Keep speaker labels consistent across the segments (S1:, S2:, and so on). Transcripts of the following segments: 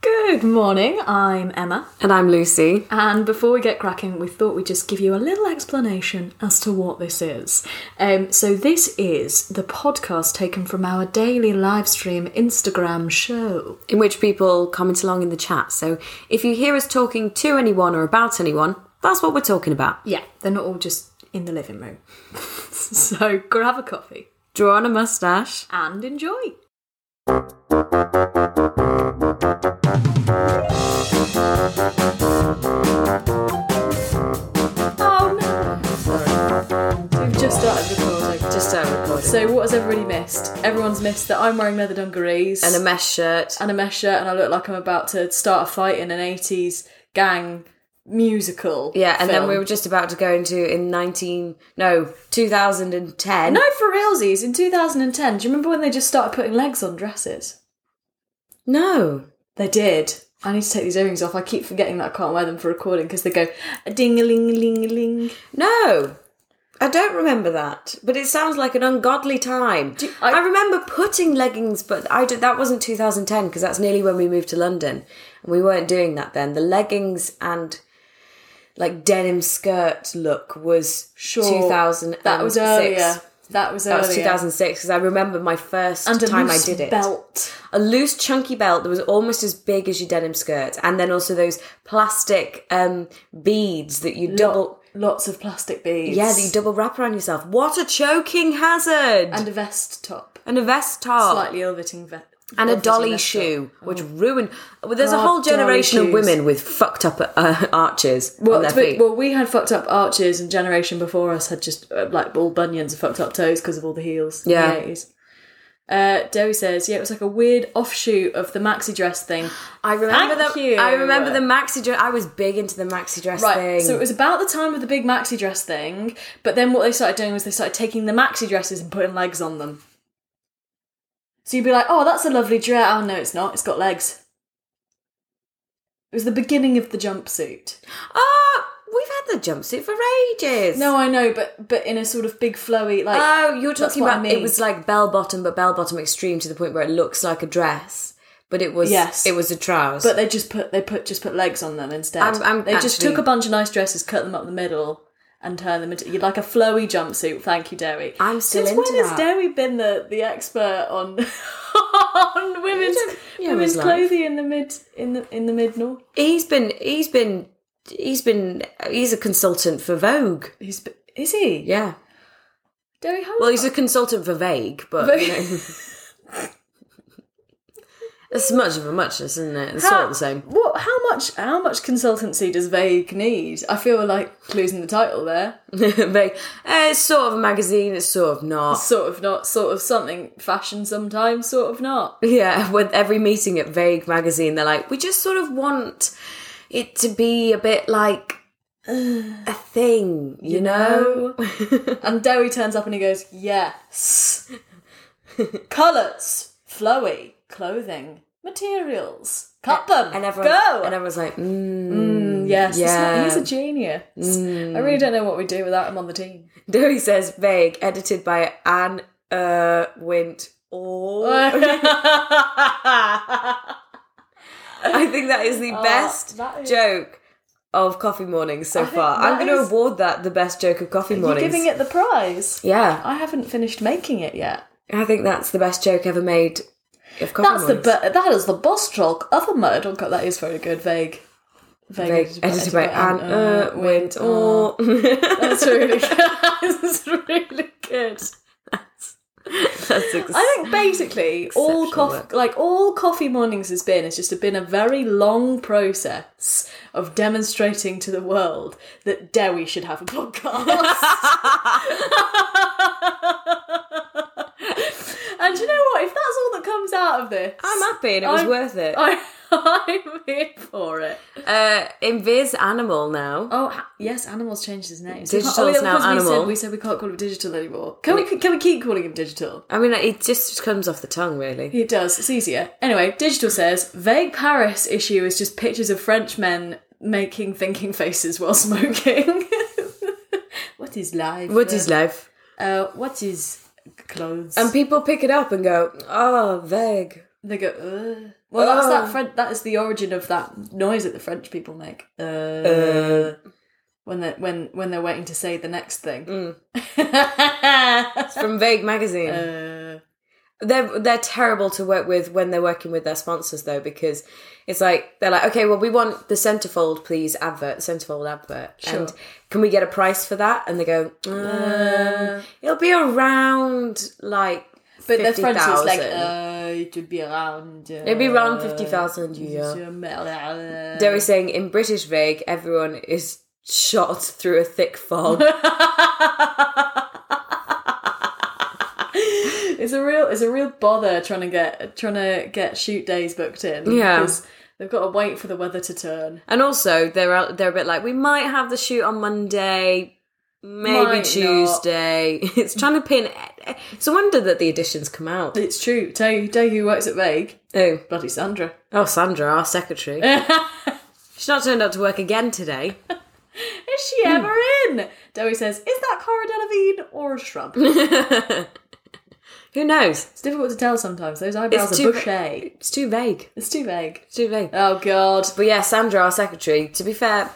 S1: Good morning, I'm Emma.
S2: And I'm Lucy.
S1: And before we get cracking, we thought we'd just give you a little explanation as to what this is. Um, so, this is the podcast taken from our daily live stream Instagram show.
S2: In which people comment along in the chat. So if you hear us talking to anyone or about anyone, that's what we're talking about.
S1: Yeah, they're not all just in the living room. so, grab a coffee
S2: Draw on a mustache.
S1: and enjoy. Um, Oh no! So we've just started recording.
S2: Just start recording.
S1: So what has everybody missed? Everyone's missed that I'm wearing leather dungarees
S2: and a mesh shirt.
S1: and a mesh shirt, and I look like I'm about to start a fight in an '80s gang musical.
S2: Yeah, and then
S1: film.
S2: we were just about to go into in 19, no, 2010.
S1: no for realsies. In 2010, do you remember when they just started putting legs on dresses?
S2: No.
S1: They did. I need to take these earrings off. I keep forgetting that I can't wear them for recording because they go ding a ling ling ling.
S2: No. I don't remember that, but it sounds like an ungodly time. I,
S1: I-
S2: remember putting leggings, but I do, that wasn't 2010 because that's nearly when we moved to London, and we weren't doing that then. The leggings and like denim skirt look was
S1: Sure,
S2: 2006.
S1: That was earlier. That was
S2: That
S1: earlier.
S2: was 2006 because I remember my first
S1: And a
S2: time I
S1: loose
S2: did it.
S1: belt.
S2: A loose, chunky belt that was almost as big as your denim skirt, and then also those plastic um, beads that you double.
S1: Lot- lots of plastic beads.
S2: Yeah, that you double wrap around yourself. What a choking hazard! And,
S1: and a vest top.
S2: a vest top.
S1: Slightly orbiting vest.
S2: Oh. and a dolly shoe, which ruined. Well, there's a
S1: God,
S2: whole generation
S1: dolly
S2: of women with fucked up uh, arches on
S1: Well,
S2: their
S1: to be-
S2: feet.
S1: well, we had fucked up arches, and generation before us had just uh, like all bunions and fucked up toes because of all the heels. in
S2: Yeah.
S1: the 80s. Uh, Dowie says, yeah, it was like a weird offshoot of the maxi dress thing.
S2: I remember
S1: Thank
S2: the
S1: you.
S2: I remember the maxi dress. I was big into the maxi dress
S1: Right,
S2: thing.
S1: so it was about the time of the big maxi dress thing, but then what they started doing was they started taking the maxi dresses and putting legs on them. So you'd be like, oh, that's a lovely dress. Oh, no, it's not. It's got legs. It was the beginning of the jumpsuit.
S2: oh, we've had the jumpsuit for ages.
S1: No, I know, but but in a sort of big flowy, like
S2: Oh, you're
S1: That's
S2: talking
S1: what I
S2: about
S1: mean.
S2: it was like bell bottom, but bell bottom extreme to the point where it looks like a dress, but it was
S1: Yes.
S2: it was a trousers.
S1: But they just put they put just put legs on them instead.
S2: I'm- I'm
S1: they just
S2: actually-
S1: took a bunch of nice dresses, cut them up the middle, and turned them into you'd like a flowy jumpsuit. Thank you, Derry.
S2: I'm still
S1: Since
S2: into
S1: when has
S2: that.
S1: Derry been the, the expert on on women's
S2: yeah,
S1: women's
S2: his life.
S1: clothing in the mid in the in the mid north?
S2: he's been he's been he's been he's a consultant for Vogue.
S1: He's b- is he?
S2: Yeah.
S1: Derry, how
S2: Well, he's a consultant for Vague, but you know, it's much of a muchness, isn't it? It's all the same.
S1: What? How much? How much consultancy does Vague need? I feel like losing the title there.
S2: Vague. Eh, it's sort of a magazine. It's sort of not.
S1: Sort of not. Sort of something. Fashion sometimes. Sort of not.
S2: Yeah. With every meeting at Vague magazine, they're like, we just sort of want it to be a bit like uh, a thing, you, know?
S1: and Derry turns up and he goes, Yes. Colours, flowy, clothing, materials. Cut them.
S2: And everyone,
S1: go.
S2: and everyone's like, mm.
S1: yes, this
S2: yeah. Mm.
S1: man, he's a genius. I really don't know what we'd do without him on the team.
S2: Dewey says Vague, edited by Anne Irwint. Oh, I think that is the best
S1: Ah, that is-
S2: joke of coffee mornings so
S1: think
S2: far. I'm
S1: that
S2: going to
S1: is-
S2: award that the best joke of coffee
S1: You're
S2: mornings.
S1: giving it the prize.
S2: yeah,
S1: I haven't finished making it yet.
S2: I think that's the best joke ever made of coffee
S1: That's the
S2: mornings.
S1: be- that is the boss joke of a murder. Oh, God, That is very good. Vague. Vague,
S2: Vague, edited by Anne
S1: uh,
S2: Irwint.
S1: Oh,
S2: Oh, that's
S1: that's really good. that's really good.
S2: ex-
S1: I think basically all
S2: Exceptional
S1: coffee,
S2: work.
S1: like all coffee mornings has been, has just been a very long process of demonstrating to the world that Derry should have a podcast. and you know what? If that's all that comes out of this,
S2: I'm happy and it was
S1: I'm-
S2: worth it.
S1: I, I'm here for it.
S2: uh, Invis Animal now.
S1: Oh ha- yes, animals changed his name.
S2: Digital is now
S1: because we
S2: animal.
S1: Said, we said we can't call him digital anymore. Can we? Can we keep calling him digital?
S2: I mean, it just comes off the tongue, really.
S1: It does. It's easier. Anyway, Digital says vague Paris issue is just pictures of French men making thinking faces while smoking. what is Um, life?
S2: What is life?
S1: Uh, what is clothes?
S2: And people pick it up and go, oh, vague.
S1: they go. Ugh. Well, that's
S2: Oh.
S1: that French. That is the origin of that noise that the French people make uh,
S2: Uh.
S1: when they when when they're waiting to say the next thing.
S2: Mm. From Vague Magazine.
S1: uh,
S2: they're they're terrible to work with when they're working with their sponsors though because it's like they're like okay well we want the centerfold please advert centerfold advert and
S1: Sure.
S2: can we get a price for that and they go um, it'll be around like
S1: but their French is like
S2: 50,000.
S1: uh, it would be around. Uh,
S2: it'll be around 50,000 yeah Derry saying in British vague everyone is shot through a thick fog
S1: it's a real it's a real bother trying to get trying to get shoot days booked in.
S2: Yeah.
S1: because they've got to wait for the weather to turn.
S2: and also they're out- they're a bit like we might have the shoot on Monday maybe
S1: Might not.
S2: Tuesday it's trying to pin it's a wonder that the editions come out
S1: It's true. Tell you, tell you who works at Vague.
S2: Oh,
S1: Bloody Sandra.
S2: oh, Sandra, our secretary. She's not turned up to work again today.
S1: Is she ever in? Dowie says, Is that Cara Delevingne or a shrub? it's
S2: Who knows?
S1: difficult to tell sometimes. Those eyebrows
S2: It's
S1: are
S2: too-
S1: bushy.
S2: It's too vague.
S1: It's too vague.
S2: It's too vague.
S1: Oh, God.
S2: But yeah, Sandra, our secretary. To be fair,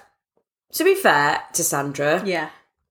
S2: to be fair to Sandra,
S1: Yeah.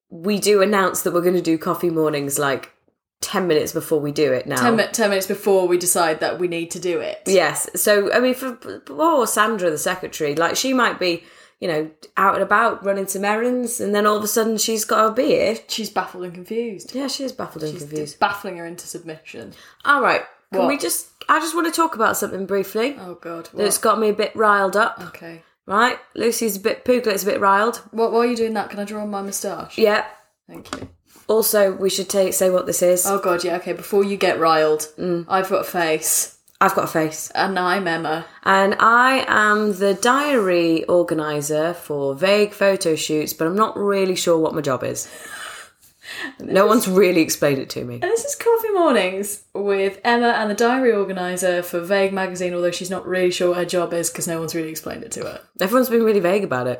S2: we do announce that we're going to do coffee mornings like ten minutes before we do it now.
S1: Ten, mi- ten minutes before we decide that we need to do it.
S2: Yes. So I mean, for poor Sandra, the secretary, like she might be, you know, out and about running some errands, and then all of a sudden she's got to be here.
S1: She's baffled and confused.
S2: Yeah, she is baffled and confused.
S1: Baffling her into submission.
S2: All right. Can
S1: What?
S2: we just? I just want to talk about something briefly
S1: Oh, God. What?
S2: that's got me a bit riled up.
S1: okay.
S2: Right, Lucy's a bit Pooglet's a bit riled.
S1: What, while you're doing that, can I draw on my moustache?
S2: Yeah.
S1: Thank you.
S2: Also, we should take, say what this is.
S1: Oh, God, yeah, okay. Before you get riled,
S2: Mm.
S1: I've got a face.
S2: I've got a face,
S1: And I'm Emma.
S2: and I am the diary organizer for vague photo shoots, but I'm not really sure what my job is. no one's really explained it to me.
S1: And this is Coffee Mornings with Emma and the diary organiser for Vague Magazine, although she's not really sure what her job is because no one's really explained it to her.
S2: Everyone's been really vague about it.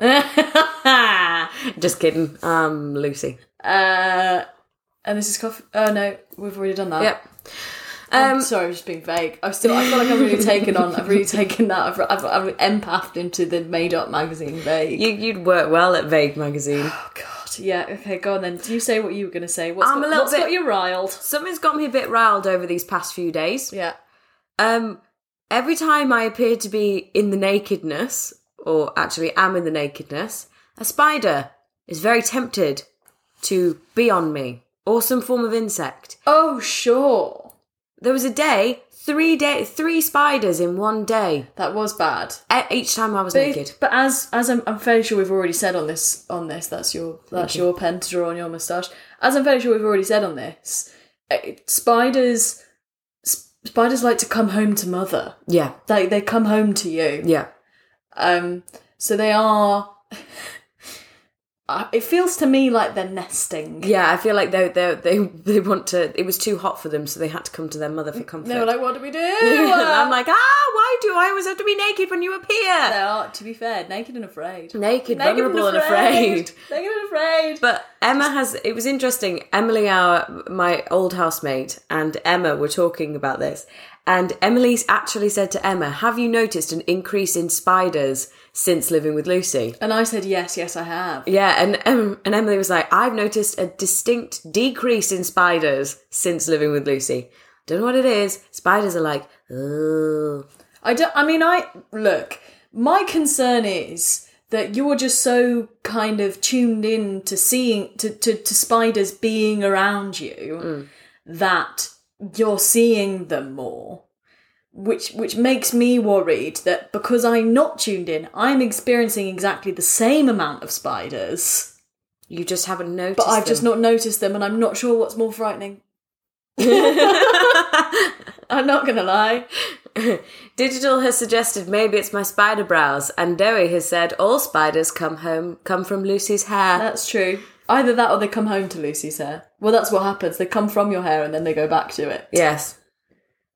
S2: Just kidding. Um, Lucy.
S1: Uh, and this is Coffee. Oh no, we've already done that.
S2: Yep. Um,
S1: I'm sorry, I'm just being vague. I still, I feel like I've really taken on. I've really taken that. I've, I've, I've empathed into the made up magazine vague.
S2: You, you'd work well at Vague magazine.
S1: Oh God, yeah. Okay, go on then. You say what you were going to say. What's
S2: I'm
S1: got,
S2: a little
S1: what's
S2: bit-
S1: got you riled?
S2: Something's got me a bit riled over these past few days.
S1: Yeah.
S2: Um, every time I appear to be in the nakedness, or actually am in the nakedness, a spider is very tempted to be on me or some form of insect.
S1: Oh sure,
S2: There was a day, three day, three spiders in one day.
S1: that was bad.
S2: e- Each time I was naked.
S1: But, but as as I'm, I'm fairly sure we've already said on this on this that's your that's your pen to draw on your moustache. As I'm fairly sure we've already said on this, it, spiders sp- spiders like to come home to mother.
S2: Yeah,
S1: They they come home to you.
S2: yeah.
S1: Um, so they are. I- it feels to me like they're nesting.
S2: Yeah, I feel like they they they they want to. It was too hot for them, so they had to come to their mother for comfort.
S1: They were like, what do we do?
S2: and I'm like, ah, why do I always have to be naked when you
S1: they
S2: appear?
S1: are, to be fair, naked and afraid.
S2: Naked, vulnerable, and afraid.
S1: Naked and afraid.
S2: But Emma has. It was interesting. Emily, our my old housemate, and Emma were talking about this, and Emily actually said to Emma, "Have you noticed an increase in spiders since living with Lucy?"
S1: and I said, yes, yes, I have.
S2: Yeah, and um, and Emily was like, "I've noticed a distinct decrease in spiders since living with Lucy. Don't know what it is. Spiders are like, oh,
S1: I don't. I mean, I look. My concern is that you're just so kind of tuned in to seeing to to, to spiders being around you that you're seeing them more. Which which makes me worried that because I'm not tuned in, I'm experiencing exactly the same amount of spiders,
S2: you just haven't noticed."
S1: but I've just not noticed them, and I'm not sure what's more frightening. I'm not gonna lie.
S2: Digital has suggested maybe it's my spider brows, and Dowie has said all spiders come home come from Lucy's hair.
S1: That's true. Either that or they come home to Lucy's hair. Well, that's what happens. They come from your hair and then they go back to it.
S2: yes,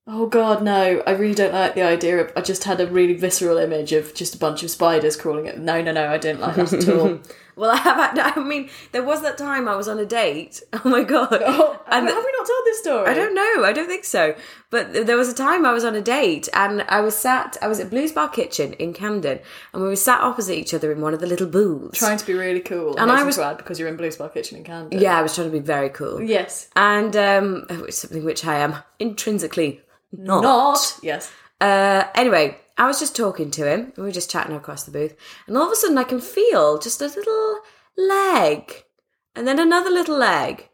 S1: Oh, God, no. I really don't like the idea of. I just had a really visceral image of just a bunch of spiders crawling at. No, no, no, I don't like that at all.
S2: Well, I have. Had, I mean, there was that time I was on a date. Oh my god!
S1: Oh,
S2: and
S1: have we not told this story?
S2: I don't know. I don't think so. But th- there was a time I was on a date and I was sat. I was at Blues Bar Kitchen in Camden, and we were sat opposite each other in one of the little booths.
S1: Trying to be really cool.
S2: And
S1: And I
S2: I was-
S1: was glad because you're in Blue Spark Kitchen in Canada.
S2: yeah, I was trying to be very cool,
S1: Yes.
S2: and um, it was something which I am intrinsically not.
S1: Not. Yes.
S2: Uh, anyway, I was just talking to him. and We were just chatting across the booth, and all of a sudden, I can feel just a little leg, and then another little leg,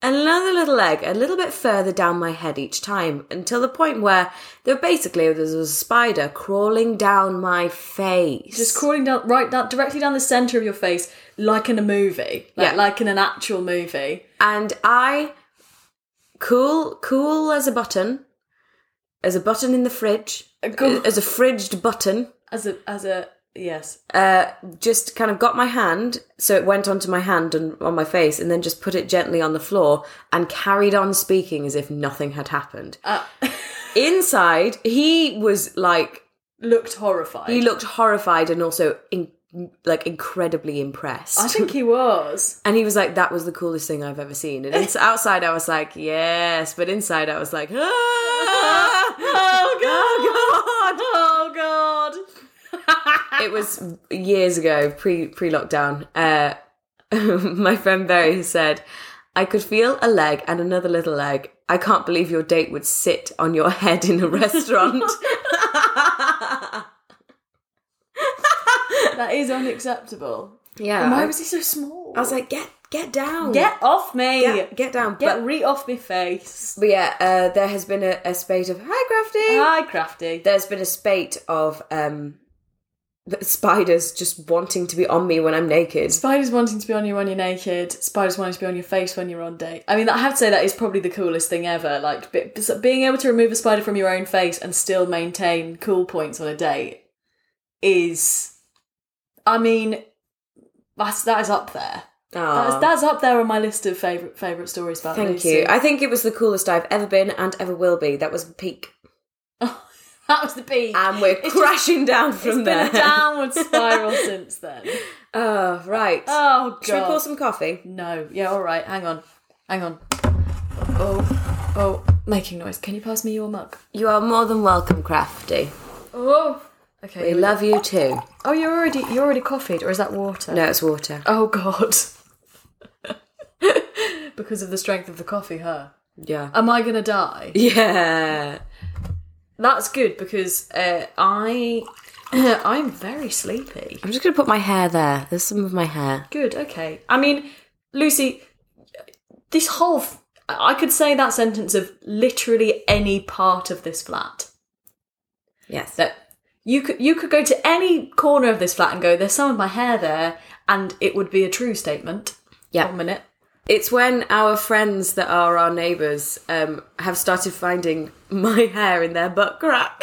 S2: and another little leg, a little bit further down my head each time, until the point where there basically there was a spider crawling down my face.
S1: Just crawling down, right down, directly down the centre of your face, like in a movie. Like,
S2: Yeah.
S1: Like in an actual movie.
S2: and I, cool, cool as a button, as a button in the fridge,
S1: go-
S2: as a fridged button.
S1: As a, as a, yes.
S2: just kind of got my hand so it went onto my hand and on my face and then just put it gently on the floor and carried on speaking as if nothing had happened
S1: Uh,
S2: inside he was like
S1: looked horrified.
S2: he looked horrified and also in, like incredibly impressed
S1: I think he was.
S2: and he was like that was the coolest thing i've ever seen and ins- outside i was like yes but inside i was like ah! oh god
S1: Oh, God.
S2: it was years ago, pre pre lockdown. Uh, my friend Barry said, "I could feel a leg and another little leg. I can't believe your date would sit on your head in a restaurant."
S1: That is unacceptable.
S2: yeah,
S1: And why
S2: I,
S1: was he so small?
S2: I was like, "Get get down,
S1: get off me.
S2: get, get down."
S1: Get
S2: but,
S1: re off me face.
S2: but yeah, uh, there has been a, a spate of hi crafty.
S1: Hi, Crafty.
S2: there's been a spate of um, spiders just wanting to be on me when I'm naked.
S1: Spiders wanting to be on you when you're naked. Spiders wanting to be on your face when you're on date. I mean, I have to say that is probably the coolest thing ever. Like be- being able to remove a spider from your own face and still maintain cool points on a date is, I mean, that's that is up there. That's,
S2: Aw.
S1: that's up there on my list of favorite favorite stories about.
S2: Uh. Thank
S1: Lucy.
S2: you. I think it was the coolest I've ever been and ever will be. That was the peak.
S1: that was the beat.
S2: And we're
S1: It's just-
S2: crashing down
S1: It's been
S2: from there.
S1: a downward spiral since then.
S2: Oh, right.
S1: Oh god.
S2: Should we pour some coffee?
S1: No. Yeah, all right. Hang on. Hang on. Oh, oh, making noise. Can you pass me your mug?
S2: You are more than welcome, Crafty.
S1: Oh.
S2: We
S1: Okay.
S2: love you too.
S1: oh, you're already you're already coffeeed, or is that water?
S2: No, it's water.
S1: Oh god. because of the strength of the coffee, huh?
S2: Yeah.
S1: Am I gonna die?
S2: Uh, Yeah.
S1: That's good because uh, I I'm very sleepy.
S2: I'm just going to put my hair there. There's some of my hair.
S1: Good, okay. I mean, Lucy, this whole. F- I could say that sentence of literally any part of this flat.
S2: Yes.
S1: That you could you could go to any corner of this flat and go, "There's some of my hair there," and it would be a true statement.
S2: Yeah.
S1: One minute.
S2: It's when our friends that are our neighbours um, have started finding my hair in their butt crack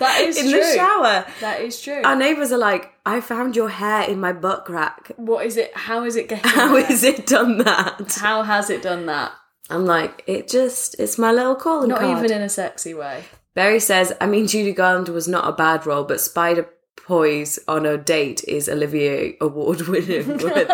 S1: That is
S2: in
S1: true.
S2: the shower.
S1: That is true.
S2: Our neighbours are like, I found your hair in my butt crack.
S1: what is it? How is it getting?
S2: How
S1: there?
S2: has it done that?
S1: How has it done that?
S2: I'm like, it just, it's my little calling
S1: Not
S2: card.
S1: even in a sexy way.
S2: Barry says, I mean, Judy Garland was not a bad role, but Spider Poise on a date is Olivier Award winning. Brother.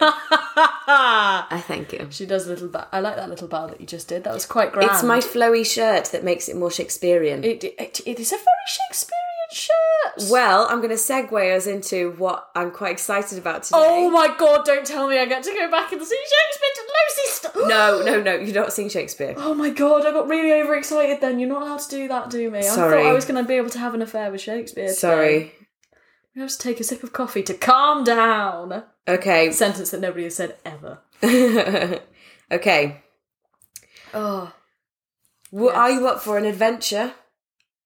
S2: I thank you.
S1: She does a little bow. I like that little bow that you just did. That was quite grand.
S2: It's my flowy shirt that makes it more Shakespearean.
S1: It, it, it is a very Shakespearean shirt.
S2: well, I'm going to segue us into what I'm quite excited about today.
S1: Oh my god, don't tell me I get to go back and see Shakespeare to Lucy stuff.
S2: no, no, no, you're not seeing Shakespeare.
S1: Oh my god, I got really overexcited then. You're not allowed to do that, do me. I
S2: Sorry.
S1: thought I was going to be able to have an affair with Shakespeare. today.
S2: Sorry.
S1: We have to take a sip of coffee to calm down.
S2: Okay.
S1: Sentence that nobody has said ever.
S2: okay.
S1: Oh.
S2: Well, Are you up for an adventure?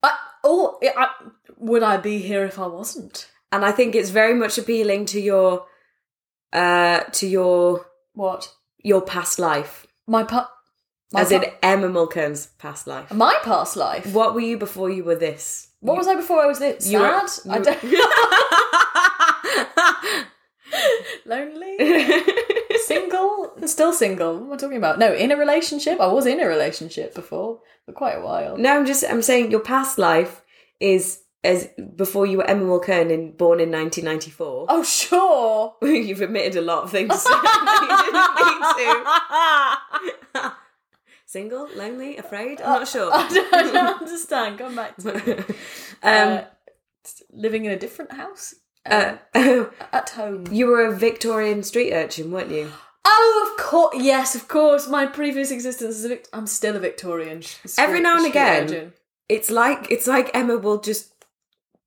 S1: I, oh, I, I- would I be here if I wasn't?
S2: and I think it's very much appealing to your uh to your
S1: What?
S2: your past life,
S1: My pa- my
S2: as in
S1: pa-
S2: Emma Mulcairn's past life.
S1: my past life. What,
S2: What were you before you were this?
S1: was I before I was this?
S2: You were-
S1: Sad? I
S2: you-
S1: don't- lonely? single still single what am i talking about no in a relationship i was in a relationship before for quite a while
S2: no, I'm just I'm saying your past life is as before you were Emma Mulcairn and born in 1994.
S1: Oh, sure.
S2: You've admitted a lot of things that you didn't need to. Single, lonely, afraid. I'm not sure.
S1: Uh, I don't, I don't understand. Going back to uh,
S2: Um,
S1: living in a different house
S2: uh,
S1: at home.
S2: you were a Victorian street urchin, weren't you?
S1: Oh, of course. Yes, of course. My previous existence is a Vic- I'm still a Victorian. sh-
S2: Every now and
S1: street
S2: again.
S1: urchin.
S2: It's like it's like Emma will just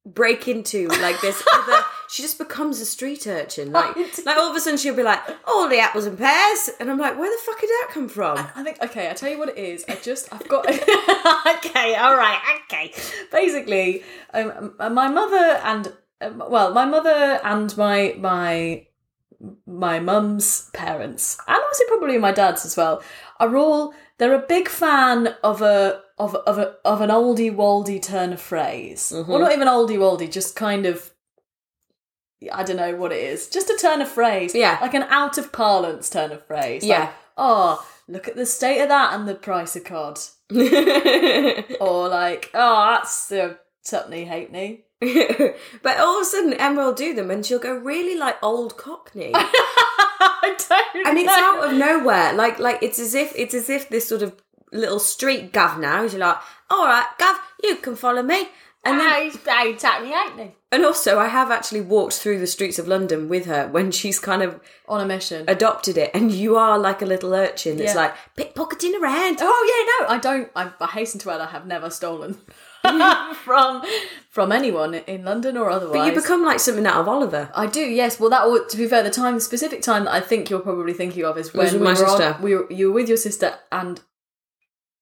S2: break into like this. other, she just becomes a street
S1: Oh,
S2: urchin. Like
S1: Right.
S2: like all of a sudden she'll be like, "All the apples and pears," and I'm like, "Where the fuck did that come from?"
S1: I think okay. I tell you what it is. I just I've got okay. All right. Okay. Basically, um, m- my mother and um, well, my mother and my my my mum's parents, and also probably my dad's as well, are all they're a big fan of a of of a, of an oldie woldy turn of phrase.
S2: Mm-hmm.
S1: Well, not even oldie woldy, just kind of. I don't know what it is. Just a turn of phrase.
S2: Yeah.
S1: Like an out of parlance turn of phrase. Like,
S2: Yeah.
S1: oh, look at the state of that and the price of cod. Or like, oh, that's a Tutney Halfpenny.
S2: but all of a sudden Emma will do them, and she'll go really like old Cockney.
S1: I don't
S2: and it's
S1: know.
S2: out of nowhere. Like like it's as if it's as if this sort of little street gov now is like, all right, gov, you can follow me. And then,
S1: he's playing Tutney Halfpenny.
S2: and also, I have actually walked through the streets of London with her when she's kind of
S1: On a mission.
S2: adopted it, and you are like a little urchin
S1: Yeah.
S2: that's like pickpocketing around.
S1: Oh yeah, no, I don't. I, I hasten to add, I have never stolen from from anyone in London or otherwise.
S2: You become like something out of Oliver.
S1: I do, yes. Well, that would, to be fair, the time, the specific time that I think you're probably thinking of is when
S2: with
S1: we
S2: my
S1: were on-
S2: sister.
S1: we were, you were with your sister and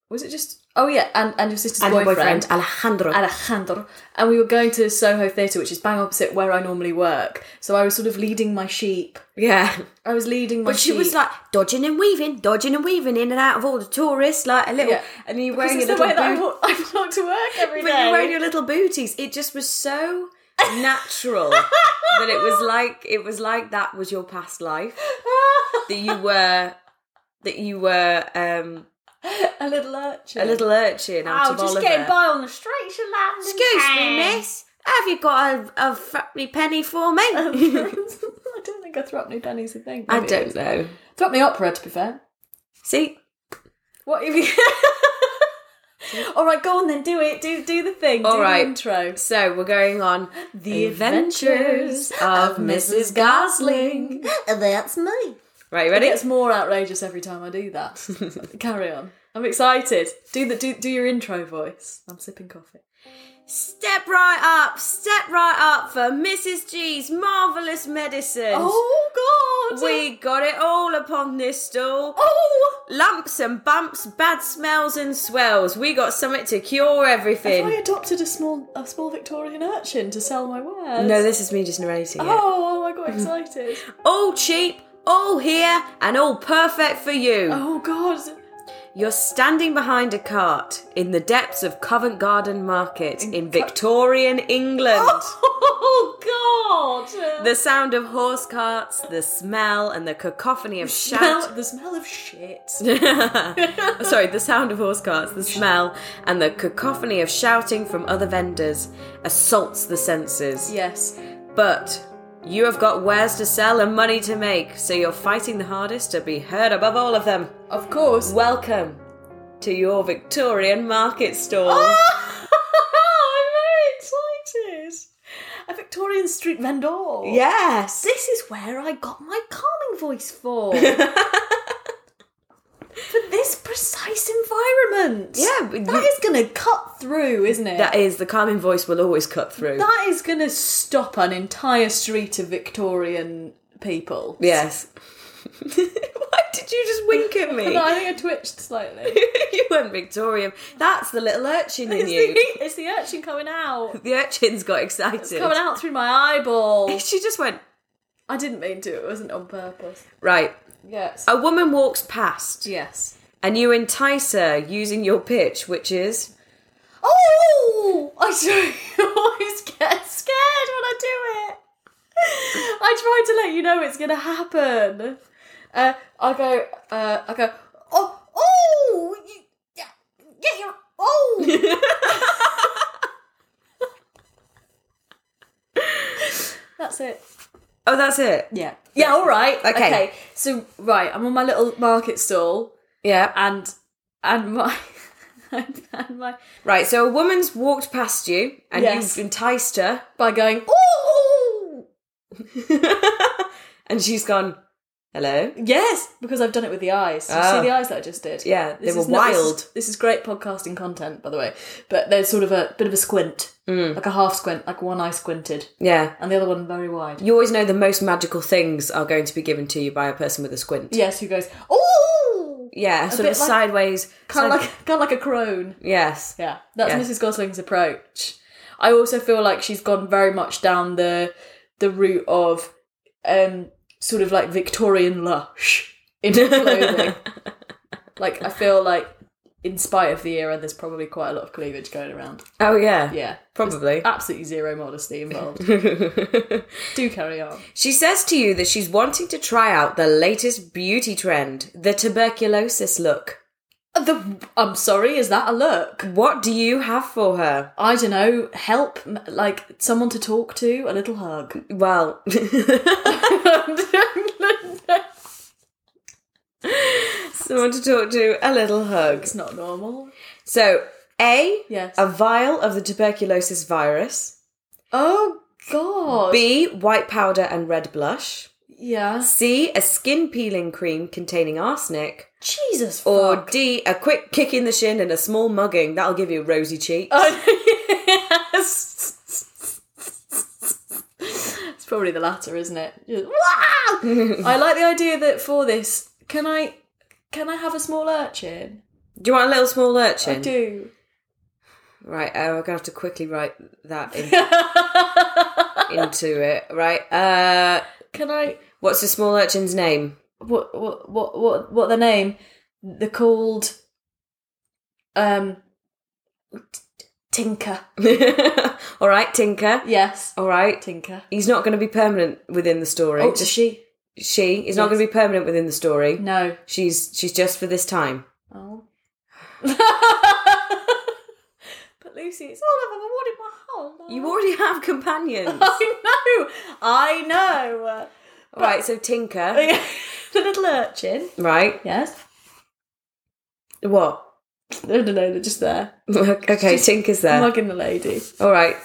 S1: was it just? Oh yeah, and and your sister's
S2: And her
S1: boyfriend
S2: boyfriend Alejandro.
S1: Alejandro, and we were going to Soho Theatre, which is bang opposite where I normally work. So I was sort of leading my sheep.
S2: yeah,
S1: I was leading my.
S2: but she
S1: sheep.
S2: was like dodging and weaving, dodging and weaving in and out of all the tourists, like a little.
S1: Yeah.
S2: And you're
S1: This
S2: wearing
S1: is
S2: a
S1: the
S2: little
S1: way that I
S2: boot-
S1: walk, I walk to work every day.
S2: But you're wearing your little booties. It just was so natural that it was like it was like that was your past life that you were that you were um,
S1: a little urchin.
S2: a little urchin out
S1: Oh,
S2: of Oliver.
S1: on the streets of London.
S2: Excuse me, miss. Have you got a, a frappy penny for me? I
S1: I don't think a Thropney Penny's a thing. Maybe it
S2: don't know.
S1: is. Thropney Opera, to be fair.
S2: See,
S1: What if you? All right, go on then. Do it. Do do the thing.
S2: All
S1: do
S2: right.
S1: the intro.
S2: so we're going on
S1: The Adventures of Mrs.
S2: Gosling.
S1: That's me.
S2: Right, you ready?
S1: It gets more outrageous every time I do that. Carry on. I'm excited. Do the do do your intro voice. I'm sipping coffee.
S2: Step right up, step right up for Mrs. G's marvelous medicine.
S1: Oh God.
S2: we got it all upon this stool.
S1: Oh.
S2: Lumps and bumps, bad smells and swells. We got something to cure
S1: Have I
S2: everything.
S1: adopted a small a small Victorian urchin to sell my wares?
S2: No, this is me just narrating it.
S1: Oh, I got excited.
S2: All cheap, all here, and all perfect for you.
S1: oh God.
S2: You're standing behind a cart in the depths of Covent Garden Market in, Victorian England.
S1: Oh God.
S2: The sound of horse carts, the smell, and the cacophony of shouts.
S1: smell, the smell of shit.
S2: Sorry, the sound of horse carts, the smell, and the cacophony of shouting from other vendors assaults the senses.
S1: yes.
S2: But you have got wares to sell and money to make, so you're fighting the hardest to be heard above all of them.
S1: Of course.
S2: Welcome to your Victorian market stall.
S1: Oh! I'm very excited. A Victorian street vendor.
S2: Yes!
S1: This is where I got my calming voice for. for this precise environment.
S2: Yeah, but
S1: That
S2: you-
S1: is going to cut through, isn't it?
S2: That is, the calming voice will always cut through.
S1: That is going to stop an entire street of Victorian people.
S2: yes. Why did you just wink at me?
S1: No, I think I twitched slightly.
S2: you went Victorian. That's the little urchin in
S1: It's
S2: you.
S1: the, it's the urchin coming out.
S2: The urchins got excited.
S1: Coming out through my eyeball.
S2: She just went,
S1: I didn't mean to, it wasn't on purpose.
S2: right.
S1: Yes.
S2: A woman walks past
S1: Yes.
S2: and you entice her using your pitch, which is
S1: Oh! I do always get scared when I do it. I try to let you know it's gonna happen. Uh, I go, uh, I go, oh, oh! You, yeah, yeah, you're, oh! That's it.
S2: Oh, that's it.
S1: Yeah. Yeah, all right.
S2: Okay.
S1: So, right, I'm on my little market stall
S2: Yeah.
S1: and and my and my
S2: Right, so a woman's walked past you and
S1: Yes.
S2: you've enticed her
S1: by going, "Oh!"
S2: and she's gone, hello?
S1: Yes, because I've done it with the eyes. You
S2: Ah.
S1: see the eyes that I just did?
S2: Yeah, they
S1: This
S2: were
S1: is not- this is-
S2: wild.
S1: This is, great podcasting content, by the way. But there's sort of a bit of a squint,
S2: Hmm.
S1: like a half squint, like one eye squinted,
S2: Yeah.
S1: and the other one very wide.
S2: You always know the most magical things are going to be given to you by a person with a squint.
S1: Yes, who goes, "Oh!"
S2: Yeah, sort
S1: bit
S2: of
S1: like-
S2: sideways.
S1: Kind
S2: side-
S1: of like kind of like a crone.
S2: Yes.
S1: Yeah, that's
S2: Yeah.
S1: Mrs. Gosling's approach. I also feel like she's gone very much down the the route of um sort of like Victorian lush in her clothing. like I feel like in spite of the era there's probably quite a lot of cleavage going around.
S2: Oh, yeah.
S1: Yeah.
S2: Probably.
S1: Absolutely zero modesty involved. Do carry on.
S2: She says to you that she's wanting to try out the latest beauty trend, the tuberculosis look.
S1: The, I'm sorry, is that a look?
S2: What do you have for her?
S1: I don't know. Help, m- like someone to talk to, a little hug.
S2: Well, someone to talk to, a little hug.
S1: it's not normal.
S2: So, A,
S1: Yes.
S2: a vial of the tuberculosis virus.
S1: Oh god.
S2: B, white powder and red blush.
S1: yeah.
S2: C, a skin peeling cream containing arsenic.
S1: Jesus
S2: Or
S1: fuck.
S2: D, a quick kick in the shin and a small mugging. That'll give you rosy cheeks.
S1: yes. it's probably the latter, isn't it? Just- Wow! I like the idea that for this, can I can I have a small urchin?
S2: Do you want a little small urchin?
S1: I do.
S2: Right, oh, I'm going to have to quickly write that in, into it. Right, uh,
S1: Can I
S2: what's the small urchin's name?
S1: what what what what what the name? They're called um T- Tinker.
S2: All right, Tinker.
S1: Yes.
S2: All right.
S1: Tinker.
S2: He's not going to be permanent within the story.
S1: Oh, Mm. does
S2: just
S1: she?
S2: she. He's not going to be permanent within the story.
S1: No.
S2: She's she's just for this time.
S1: Oh. but Lucy, it's all I've ever wanted my whole life.
S2: You already have companions.
S1: I know. I know.
S2: All right, so Tinker.
S1: the little urchin.
S2: Right.
S1: Yes.
S2: What?
S1: I don't know. They're just there,
S2: okay, Tinker's there.
S1: mugging the lady.
S2: All right.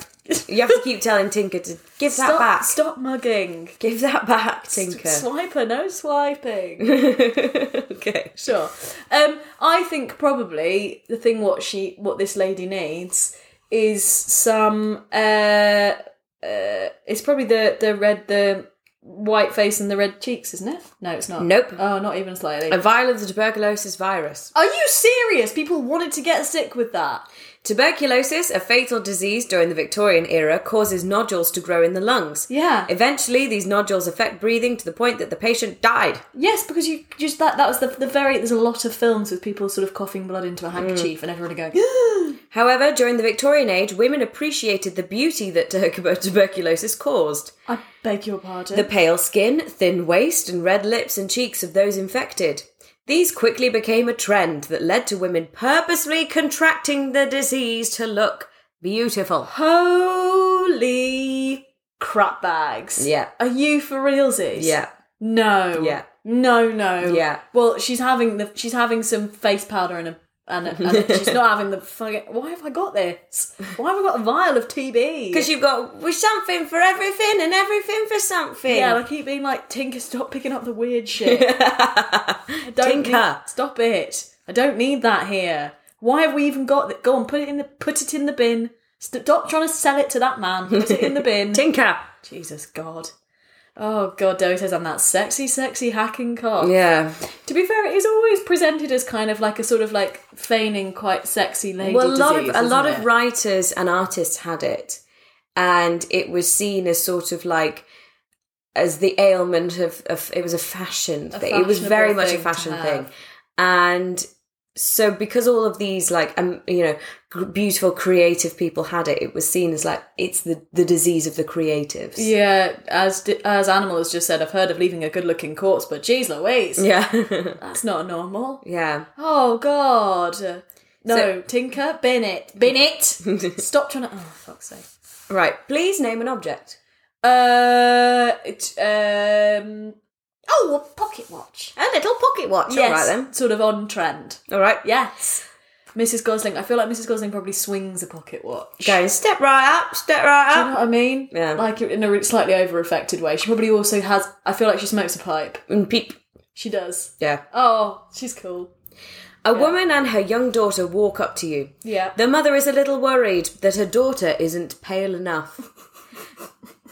S2: You have to keep telling Tinker to give that
S1: stop,
S2: back.
S1: Stop mugging.
S2: Give that back, Tinker.
S1: Swiper, no swiping.
S2: okay.
S1: sure. Um, I think probably the thing what she what this lady needs is some uh, uh it's probably the the red the white face and the red cheeks, isn't it? No, it's not.
S2: Nope.
S1: Oh, not even slightly.
S2: A vial of the tuberculosis virus.
S1: Are you serious? People wanted to get sick with that.
S2: Tuberculosis, a fatal disease during the Victorian era, causes nodules to grow in the lungs.
S1: Yeah.
S2: Eventually, these nodules affect breathing to the point that the patient died.
S1: Yes, because you just that that was the the very there's a lot of films with people sort of coughing blood into a
S2: Mm.
S1: handkerchief and everybody going
S2: However, during the Victorian age, women appreciated the beauty that tuber- tuberculosis caused.
S1: I beg your pardon.
S2: The pale skin, thin waist, and red lips and cheeks of those infected. These quickly became a trend that led to women purposely contracting the disease to look beautiful.
S1: Holy crap bags.
S2: Yeah.
S1: Are you for realsies?
S2: Yeah.
S1: No.
S2: Yeah.
S1: No, no.
S2: Yeah.
S1: Well, she's having the she's having some face powder and a and, a, and a- she's not having the fucking. Why have I got this? Why have I got a vial of TB?
S2: Because you've got with something for everything and everything for something.
S1: yeah, and I keep being like Tinker, stop picking up the weird shit. I don't
S2: Tinker.
S1: need- stop it. I don't need that here. Why have we even got that? Go on, put it in the put it in the bin. St- Stop trying to sell it to that man. Put it in the bin.
S2: Tinker.
S1: Jesus God. Oh God, Doe says I'm that sexy, sexy hacking cock.
S2: Yeah.
S1: To be fair, it is always presented as kind of like a sort of like feigning quite sexy lady.
S2: Well, a lot
S1: disease,
S2: of a
S1: isn't
S2: lot
S1: it?
S2: of writers and artists had it, and it was seen as sort of like as the ailment of, of it was a fashion thing. It was
S1: fashionable
S2: very much a
S1: thing to
S2: fashion
S1: have.
S2: thing, and so because all of these like um you know g- beautiful creative people had it, it was seen as like it's the the disease of the creatives.
S1: yeah. As di- as animal has just said, I've heard of leaving a good-looking corpse, but geez, Louise,
S2: Yeah.
S1: that's not normal.
S2: yeah.
S1: Oh God. No,
S2: So-
S1: Tinker, bin it, bin it. Stop trying to. Oh, fuck's sake.
S2: Right. Please name an object.
S1: Uh, it, um, oh, a pocket watch.
S2: A little pocket watch. All right then.
S1: sort of on trend.
S2: All right.
S1: Yes. Mrs. Gosling, I feel like Mrs. Gosling probably swings a pocket watch.
S2: Going step right up, step right
S1: Do you
S2: up.
S1: know what I mean?
S2: Yeah.
S1: Like in a slightly over affected way. She probably also has, I feel like she smokes a pipe.
S2: And peep.
S1: She does.
S2: Yeah.
S1: Oh, she's cool.
S2: A woman and her young daughter walk up to you.
S1: Yeah.
S2: The mother is a little worried that her daughter isn't pale enough.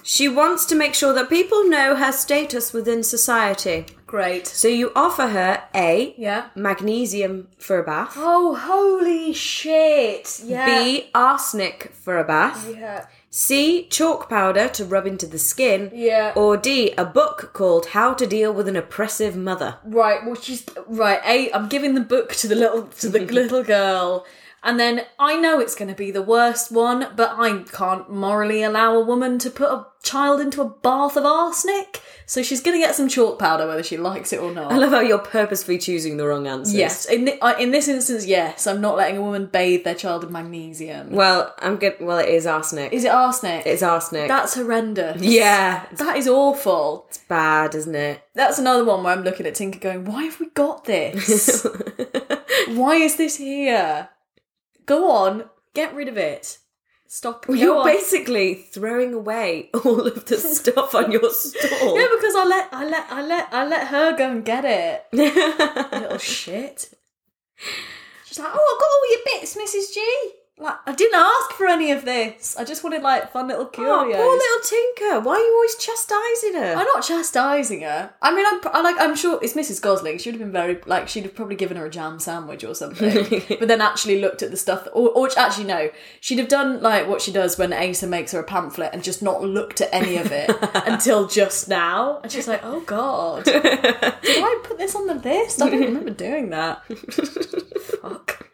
S2: she wants to make sure that people know her status within society.
S1: Great.
S2: So you offer her A,
S1: Yeah.
S2: magnesium for a bath,
S1: Oh, holy shit. Yeah.
S2: B, arsenic for a bath,
S1: Yeah.
S2: C, chalk powder to rub into the skin,
S1: Yeah.
S2: or D, a book called How to Deal with an Oppressive Mother.
S1: Right, well she's right, A I'm giving the book to the little to the little girl. And then I know it's gonna be the worst one, but I can't morally allow a woman to put a child into a bath of arsenic. So she's gonna get some chalk powder whether she likes it or
S2: I
S1: not.
S2: love how you're purposefully choosing the wrong answers.
S1: Yes, in, thi- I- in this instance, yes, I'm not letting a woman bathe their child in magnesium.
S2: Well, I'm good. Well, it is arsenic.
S1: Is it arsenic?
S2: it's arsenic.
S1: That's horrendous.
S2: yeah, it's
S1: That is awful.
S2: bad, isn't it?
S1: That's another one where I'm looking at Tinker going, why have we got this? Why is this here? Go on, get rid of it. Stop. Go
S2: You're
S1: on.
S2: basically throwing away all of the stuff on your store.
S1: yeah, because I let I let I let I let her go and get it.
S2: Oh,
S1: Little shit. She's like, oh, I got all your bits, Mrs. G. Like, I didn't ask for any of this. I just wanted like fun little
S2: Oh,
S1: curios.
S2: poor little Tinker. Why are you always chastising her?
S1: I'm not chastising her. I mean, I'm I like I'm sure it's Mrs. Gosling. She would have been very like she'd have probably given her a jam sandwich or something. but then actually looked at the stuff, or, or actually no, she'd have done like what she does when Asa makes her a pamphlet and just not looked at any of it until just now. And she's like, oh god, did I put this on the list? I didn't remember doing that. Oh, Fuck.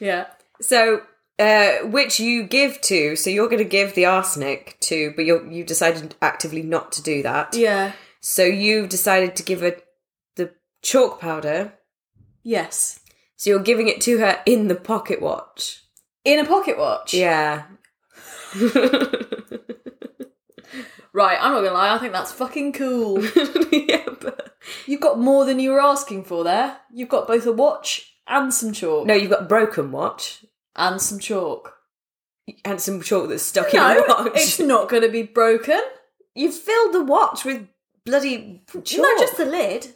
S1: Yeah.
S2: So, uh, which you give to, so you're going to give the arsenic to, but you're, you decided actively not to do that.
S1: Yeah.
S2: So you've decided to give her the chalk powder.
S1: Yes.
S2: So you're giving it to her in the pocket watch.
S1: In a pocket watch.
S2: Yeah.
S1: Right. I'm not gonna lie. I think that's fucking cool.
S2: yeah, but...
S1: You've got more than you were asking for there. You've got both a watch and some chalk.
S2: No, you've got broken watch
S1: And some chalk.
S2: and some chalk that's stuck in
S1: No,
S2: a watch.
S1: it's not going to be broken.
S2: You filled the watch with bloody chalk.
S1: No, just the lid.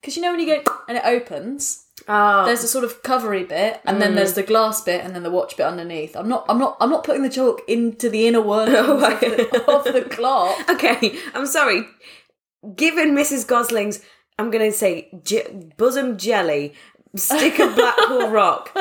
S1: Because you know when you go and it opens,
S2: oh.
S1: there's a sort of covery bit, and then there's the glass bit, and then the watch bit underneath. I'm not, I'm not, I'm not putting the chalk into the inner workings
S2: Oh,
S1: of, the, of the clock.
S2: Okay, I'm sorry. Given Mrs. Gosling's, I'm going to say j- bosom jelly, stick of Blackwell Rock,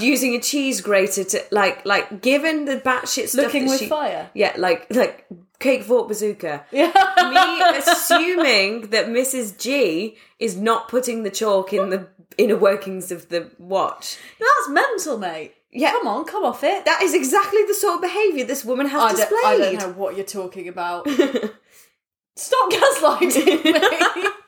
S2: using a cheese grater to like like given the batshit stuff
S1: Looking
S2: that
S1: with
S2: she-
S1: fire.
S2: Yeah, like like cake fork bazooka.
S1: Yeah.
S2: Me assuming that Mrs. G is not putting the chalk in the inner workings of the watch.
S1: That's mental, mate.
S2: Yeah.
S1: Come on, come off it.
S2: That is exactly the sort of behaviour this woman has
S1: I
S2: displayed.
S1: don't, I don't know what you're talking about. Stop gaslighting me.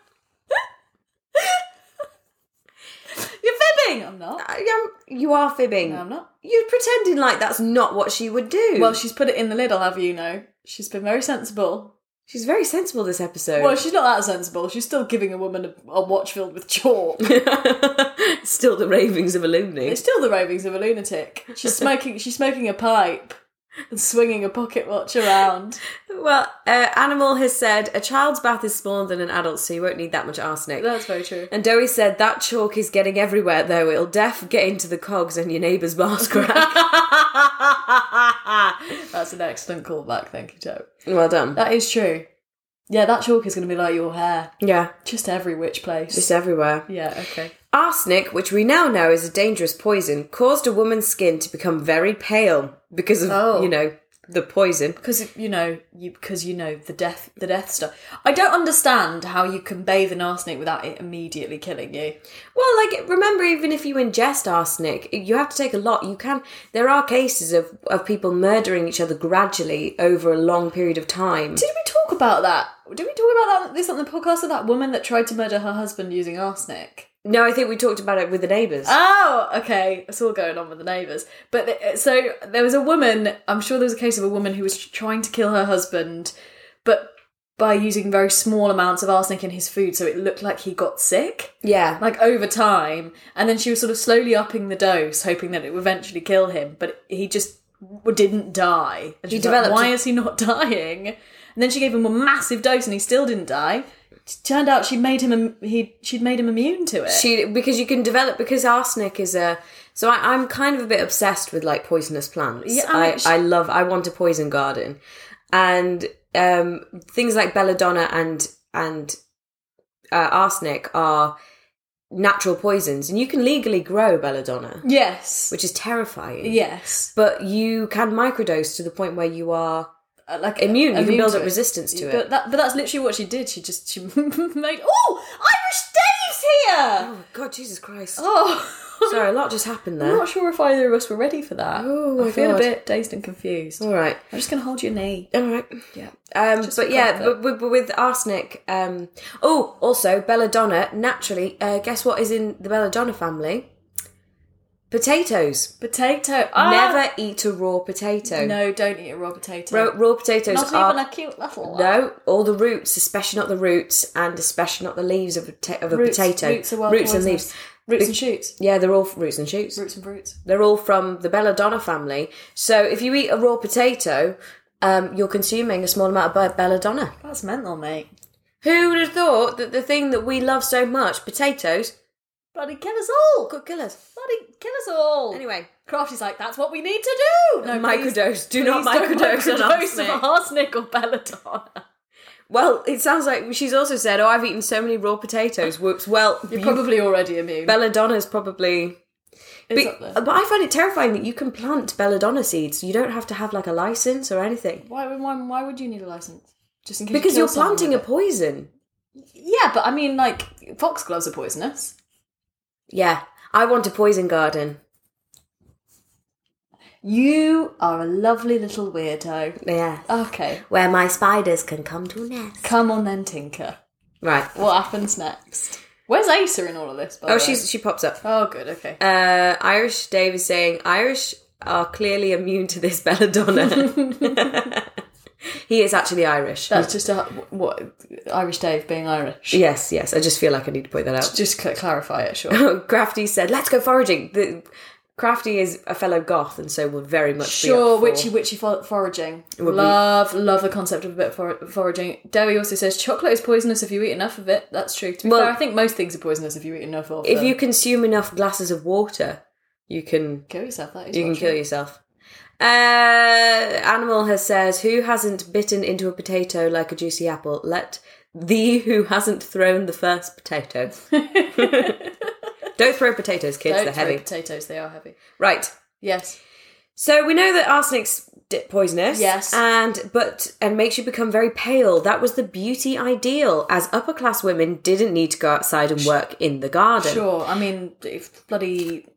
S1: you're fibbing. I'm not.
S2: I am- you are fibbing.
S1: I'm not.
S2: You're pretending like that's not what she would do.
S1: Well, she's put it in the lid. I'll have you know. She's been very sensible.
S2: she's very sensible this episode.
S1: Well, she's not that sensible. She's still giving a woman a, a watch filled with chalk.
S2: Still the ravings of a loony.
S1: It's still the ravings of a lunatic. She's smoking. She's smoking a pipe and swinging a pocket watch around.
S2: Well, uh, Animal has said a child's bath is smaller than an adult, so you won't need that much arsenic.
S1: That's very true.
S2: and Dowie said that chalk is getting everywhere, though. It'll def get into the cogs and your neighbour's bars crack.
S1: That's an excellent callback. Thank you, Joe.
S2: well done.
S1: That is true. Yeah, that chalk is going to be like your hair,
S2: Yeah,
S1: just every which place.
S2: just everywhere.
S1: Yeah, okay.
S2: Arsenic, which we now know is a dangerous poison, caused a woman's skin to become very pale because of,
S1: Oh.
S2: you know, the poison.
S1: Because you know, you because you know the death, the death stuff. I don't understand how you can bathe in arsenic without it immediately killing you.
S2: Well, like remember, even if you ingest arsenic, you have to take a lot. You can. There are cases of of people murdering each other gradually over a long period of time.
S1: Did we talk about that? Did we talk about that, this on the podcast of that woman that tried to murder her husband using arsenic?
S2: No, I think we talked about it with the neighbours.
S1: Oh, okay. It's all going on with the neighbours. But th- so there was a woman, I'm sure there was a case of a woman who was trying to kill her husband, but by using very small amounts of arsenic in his food, so it looked like he got sick,
S2: yeah.
S1: like over time. And then she was sort of slowly upping the dose, hoping that it would eventually kill him, but he just w- didn't die. And she
S2: He
S1: was like,
S2: developed-
S1: Why is he not dying? And then she gave him a massive dose and he still didn't die. It turned out she'd made him im- he she'd made him immune to it.
S2: She because you can develop because arsenic is a so I, I'm kind of a bit obsessed with like poisonous plants.
S1: Yeah, I-
S2: I, I, love I want a poison garden, and um, things like belladonna and and uh, arsenic are natural poisons, and you can legally grow belladonna,
S1: yes.
S2: which is terrifying.
S1: Yes.
S2: But you can microdose to the point where you are
S1: uh, like
S2: immune. You can build
S1: to
S2: up
S1: it.
S2: resistance to
S1: But
S2: it.
S1: that, but that's literally what she did. She just she made oh Irish Dave's here.
S2: Oh God, Jesus Christ!
S1: Oh,
S2: Sorry, a lot just happened
S1: I'm
S2: there.
S1: not sure if either of us were ready for that.
S2: Oh, my
S1: I feel
S2: God. Oh.
S1: a bit dazed and confused.
S2: All right.
S1: I'm just gonna hold your knee.
S2: All right.
S1: Yeah.
S2: Um,
S1: Just
S2: but
S1: for
S2: yeah,
S1: comfort.
S2: but, but, but with arsenic. Um, oh, also belladonna. Naturally, uh, guess what is in the belladonna family? Potatoes.
S1: Potato. Ah,
S2: Never eat a raw potato.
S1: No, don't eat a raw potato.
S2: Raw, raw potatoes
S1: Not
S2: are
S1: even a cute little one.
S2: no. All the roots, especially not the roots, and especially not the leaves of a, pota- of a
S1: Roots-
S2: potato.
S1: roots are well
S2: and
S1: poisonous.
S2: leaves.
S1: Roots and shoots.
S2: Yeah, they're all f- roots and shoots.
S1: Roots and fruits.
S2: They're all from the belladonna family. So if you eat a raw potato, um, you're consuming a small amount of be- belladonna.
S1: That's mental, mate.
S2: Who would have thought that the thing that we love so much, potatoes,
S1: Bloody kill us all.
S2: could kill us?
S1: Bloody kill us all.
S2: Anyway,
S1: Crafty's like, that's what we need to do. No, please-
S2: microdose. Do not
S1: Please don't
S2: microdose
S1: microdose of
S2: on arsenic.
S1: arsenic or belladonna.
S2: Well, it sounds like she's also said, "Oh, I've eaten so many raw potatoes." Whoops. Well,
S1: You're
S2: you-
S1: probably already immune.
S2: belladonna's probably.
S1: it's
S2: But,
S1: up there.
S2: but I find it terrifying that you can plant belladonna seeds. You don't have to have like a license or anything
S1: Why, why, why would you need a license? Just in case
S2: because
S1: you
S2: you're planting a poison.
S1: Yeah, but I mean, like foxgloves are poisonous.
S2: Yeah, I want a poison garden.
S1: You are a lovely little weirdo.
S2: Yeah,
S1: Okay,
S2: where my spiders can come to nest.
S1: come on then, Tinker.
S2: Right.
S1: What happens next? Where's Asa in all of this? By
S2: Oh,
S1: the way?
S2: she's she pops up.
S1: oh good. Okay.
S2: Uh, Irish Dave is saying Irish are clearly immune to this belladonna. he is actually Irish.
S1: That's just a what Irish Dave being Irish.
S2: yes, yes. I just feel like I need to point that out. Oh,
S1: Just cl- clarify it, sure.
S2: Crafty said, "Let's go foraging." The, Crafty is a fellow goth, and so will very much
S1: Sure,
S2: be up for-
S1: witchy witchy for- foraging.
S2: would be-
S1: Love, love the concept of a bit of for- foraging. Dowie also says chocolate is poisonous if you eat enough of it. That's true. To be
S2: Well-
S1: fair, I think most things are poisonous if you eat enough of
S2: If
S1: them.
S2: you consume enough glasses of water, you can
S1: kill yourself, that is
S2: you can
S1: not
S2: kill yourself. Uh, Animal has says, "Who hasn't bitten into a potato like a juicy apple? Let the who hasn't thrown the first potato. Don't throw potatoes, kids.
S1: Don't
S2: They're
S1: throw
S2: heavy.
S1: potatoes. They are heavy.
S2: Right.
S1: Yes.
S2: So we know that arsenic's d- poisonous.
S1: Yes.
S2: and but and makes you become very pale. That was the beauty ideal, as upper class women didn't need to go outside and work in the garden.
S1: Sure. I mean, if bloody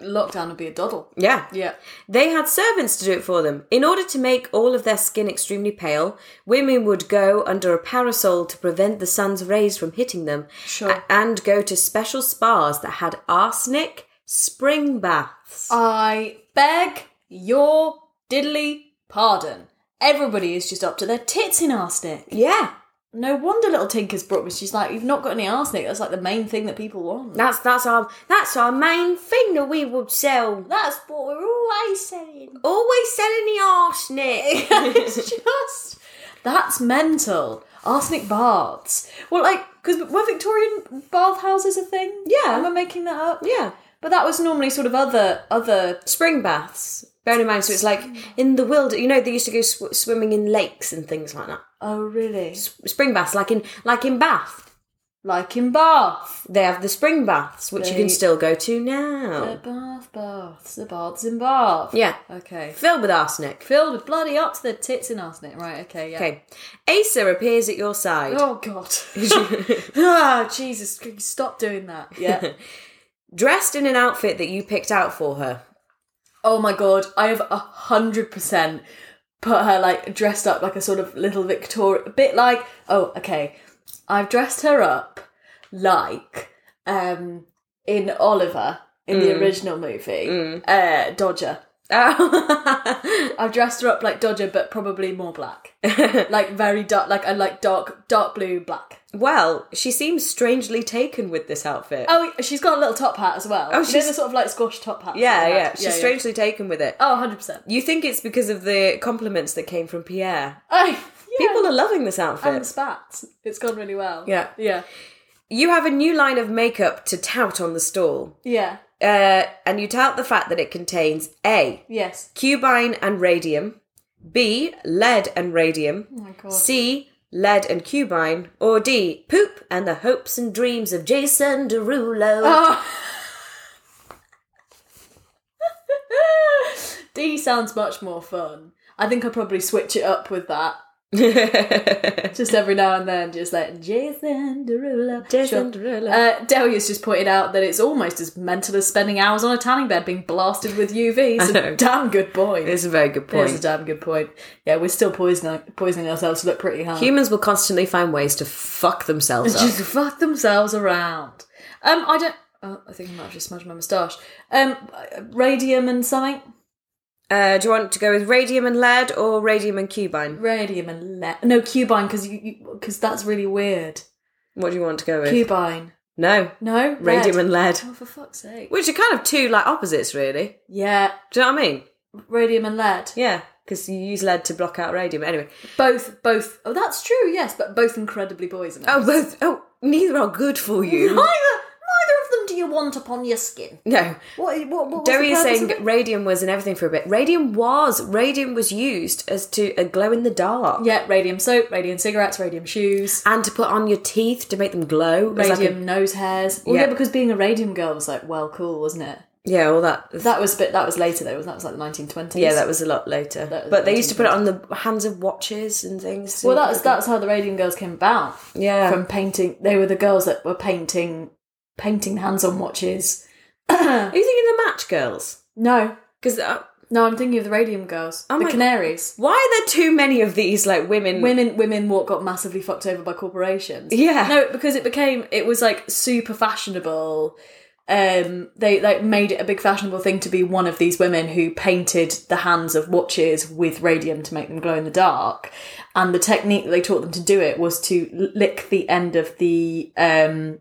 S1: lockdown would be a doddle.
S2: Yeah.
S1: Yeah.
S2: They had servants to do it for them. In order to make all of their skin extremely pale, women would go under a parasol to prevent the sun's rays from hitting them
S1: Sure.
S2: a- and go to special spas that had arsenic spring baths.
S1: I beg your diddly pardon. Everybody is just up to their tits in arsenic.
S2: Yeah.
S1: No wonder little Tinker's brought me. She's like, you've not got any arsenic. That's like the main thing that people want.
S2: That's that's our that's our main thing that we would sell.
S1: That's what we're always saying.
S2: Always selling the arsenic.
S1: it's just that's mental. Arsenic baths. Well, like because were Victorian bathhouses a thing?
S2: Yeah.
S1: am I making that up?
S2: yeah.
S1: But that was normally sort of other other.
S2: Spring baths. Bear in mind, so it's like in the wild. You know, they used to go sw- swimming in lakes and things like that.
S1: Oh really?
S2: Sp- Spring baths, like in like in Bath.
S1: Like in Bath,
S2: They have the spring baths, which you
S1: They-
S2: can still go to
S1: the
S2: now.
S1: Uh, Bath baths, the baths in Bath.
S2: Yeah,
S1: Okay.
S2: filled with arsenic.
S1: Filled with bloody up to their tits in arsenic. Right. Okay. Yeah.
S2: Okay, Asa appears at your side.
S1: Oh God! ah, Jesus! Can you Stop doing that. Yeah.
S2: Dressed in an outfit that you picked out for her.
S1: Oh my god, I have a hundred percent put her like dressed up like a sort of little Victoria, a bit like oh okay, I've dressed her up like um, in Oliver in the original movie, uh, Dodger.
S2: Oh.
S1: I've dressed her up like Dodger, but probably more black, like very dark. Like I like dark, dark blue, black.
S2: well, she seems strangely taken with this outfit.
S1: Oh, she's got a little top hat as well. Oh, she's
S2: she's-
S1: the sort of like squash top hat.
S2: yeah,
S1: that they
S2: yeah.
S1: had.
S2: She's strangely taken with it.
S1: Oh, 100 percent.
S2: You think it's because of the compliments that came from Pierre.
S1: People
S2: People are loving this outfit.
S1: and spats. It's gone really well.
S2: Yeah.
S1: yeah,
S2: you have a new line of makeup to tout on the stall.
S1: yeah.
S2: Uh, and you tout the fact that it contains A,
S1: Yes.
S2: cubine and radium, B, lead and radium,
S1: Oh my god.
S2: C, lead and cubine, or D, poop and the hopes and dreams of Jason Derulo.
S1: Oh. D sounds much more fun. I think I'll probably switch it up with that. just every now and then, just like Jason Derulo.
S2: Jason
S1: Sure.
S2: Derulo.
S1: Uh, Delia's just pointed out that it's almost as mental as spending hours on a tanning bed being blasted with UV. It's a
S2: know.
S1: damn good point.
S2: It's a very good
S1: It's a
S2: point.
S1: damn good point. Yeah, we're still poisoning poisoning ourselves to look pretty hard.
S2: Humans will constantly find ways to fuck themselves up.
S1: Just fuck themselves around. Um, I don't. Oh, I think I might have just smudged my moustache. Um, radium and something.
S2: Uh, do you want to go with radium and lead or radium and cubine?
S1: Radium and le- no cubine because you because that's really weird.
S2: What do you want to go with?
S1: Cubine.
S2: no,
S1: No.
S2: radium
S1: red.
S2: and lead.
S1: Oh, for fuck's sake.
S2: Which are kind of two like opposites, really.
S1: Yeah,
S2: Do you know what I mean?
S1: radium and lead.
S2: Yeah, because you use lead to block out radium. Anyway,
S1: Both, both. Oh, that's true. Yes, but both incredibly poisonous. Mm.
S2: oh, both. Oh, neither are good for
S1: neither,
S2: you.
S1: neither of them do you want upon your skin.
S2: no,
S1: What? What? what was
S2: Derry
S1: the
S2: is
S1: purpose
S2: saying
S1: of it?
S2: radium was in everything for a bit. Radium was. Radium was used as to a glow in the dark.
S1: Yeah, radium soap, radium cigarettes, radium shoes.
S2: And to put on your teeth to make them glow. It was like a-
S1: radium nose hairs. Well, yeah.
S2: Yeah.
S1: because being a radium girl was like well cool, wasn't it?
S2: yeah, all that.
S1: That was, but that was later though. Wasn't that It was like the nineteen twenties?
S2: Yeah, that was a lot later.
S1: That was
S2: But they used to put it on the hands of watches and things.
S1: well, that's that's how the radium girls came about
S2: yeah.
S1: from painting. They were the girls that were painting, painting hands on watches.
S2: Are you thinking the Match Girls?
S1: No,
S2: Because uh,
S1: no, I'm thinking of the radium girls,
S2: Oh
S1: the
S2: my-
S1: canaries.
S2: why are there too many of these like women?
S1: Women, women, what got massively fucked over by corporations?
S2: Yeah.
S1: no, because it became it was like super fashionable. Um, they like made it a big fashionable thing to be one of these women who painted the hands of watches with radium to make them glow in the dark. And the technique that they taught them to do it was to l- lick the end of the um,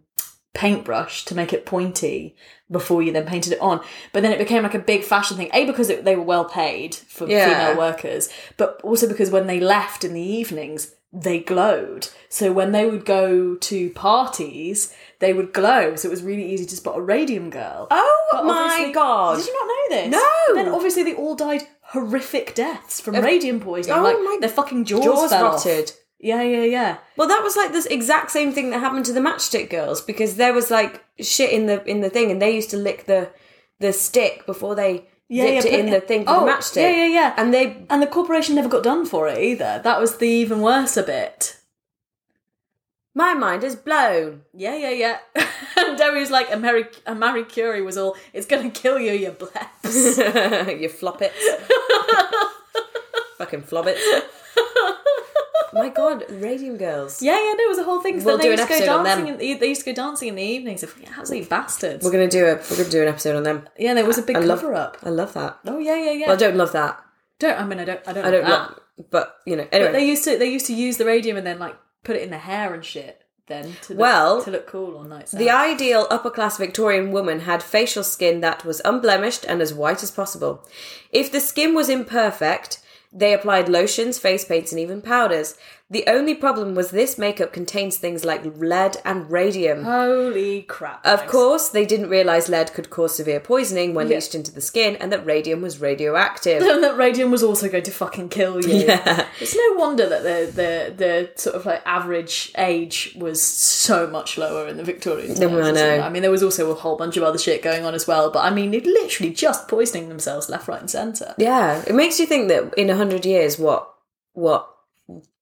S1: paintbrush to make it pointy before you then painted it on. But then it became like a big fashion thing. A because it, they were well paid for
S2: Yeah.
S1: female workers, but also because when they left in the evenings, they glowed. So when they would go to parties, they would glow. So it was really easy to spot a radium girl.
S2: Oh
S1: But
S2: my
S1: obviously-
S2: god!
S1: Did you not know this?
S2: No.
S1: Then obviously they all died horrific deaths from radium poisoning.
S2: Oh
S1: like
S2: my-
S1: their fucking jaws,
S2: Jaws
S1: fell off.
S2: rotted.
S1: Yeah, yeah, yeah.
S2: Well, that was like this exact same thing that happened to the Matchstick Girls because there was like shit in the in the thing, and they used to lick the the stick before they
S1: Yeah,
S2: dipped
S1: yeah,
S2: it in
S1: put-
S2: the thing for
S1: Oh,
S2: the matchstick.
S1: yeah, yeah, yeah.
S2: And they
S1: And the corporation never got done for it either. That was the even worse a bit.
S2: my mind is blown.
S1: Yeah, yeah, yeah. and Derry was like, and Mary, and Marie Curie was all, it's going to kill you, you bleps.
S2: you flop it. Fucking flop it. my god, Radium Girls.
S1: yeah, yeah, no, it was a whole thing. 'cause
S2: We'll
S1: then
S2: do
S1: they used
S2: an
S1: to
S2: episode
S1: go
S2: on them.
S1: dancing. In, they used to go dancing in the evenings. They're fucking absolute bastards.
S2: We're gonna do a we're gonna do an episode on them.
S1: yeah, there was a big
S2: I love-
S1: cover up.
S2: I love that.
S1: Oh yeah, yeah, yeah.
S2: Well, I don't love that.
S1: don't. I mean, I don't. I don't.
S2: I don't
S1: know.
S2: love, but you know. Anyway,
S1: They used to. They used to use the radium and then like put it in their hair and shit. Then to look,
S2: Well,
S1: to look cool on nights.
S2: The
S1: out.
S2: ideal upper class Victorian woman had facial skin that was unblemished and as white as possible. If the skin was imperfect, they applied lotions, face paints, and even powders. The only problem was this makeup contains things like lead and radium.
S1: Oh, Holy crap!
S2: Of course, they didn't realize lead could cause severe poisoning when
S1: Yeah.
S2: leached into the skin and that radium was radioactive.
S1: And that radium was also going to fucking kill you.
S2: Yeah.
S1: It's no wonder that the, the the sort of like average age was so much lower in the Victorian times.
S2: I know.
S1: isn't it? I mean, there was also a whole bunch of other shit going on as well. But I mean, they're literally just poisoning themselves left, right, and centre.
S2: Yeah, it makes you think that in a hundred years, what what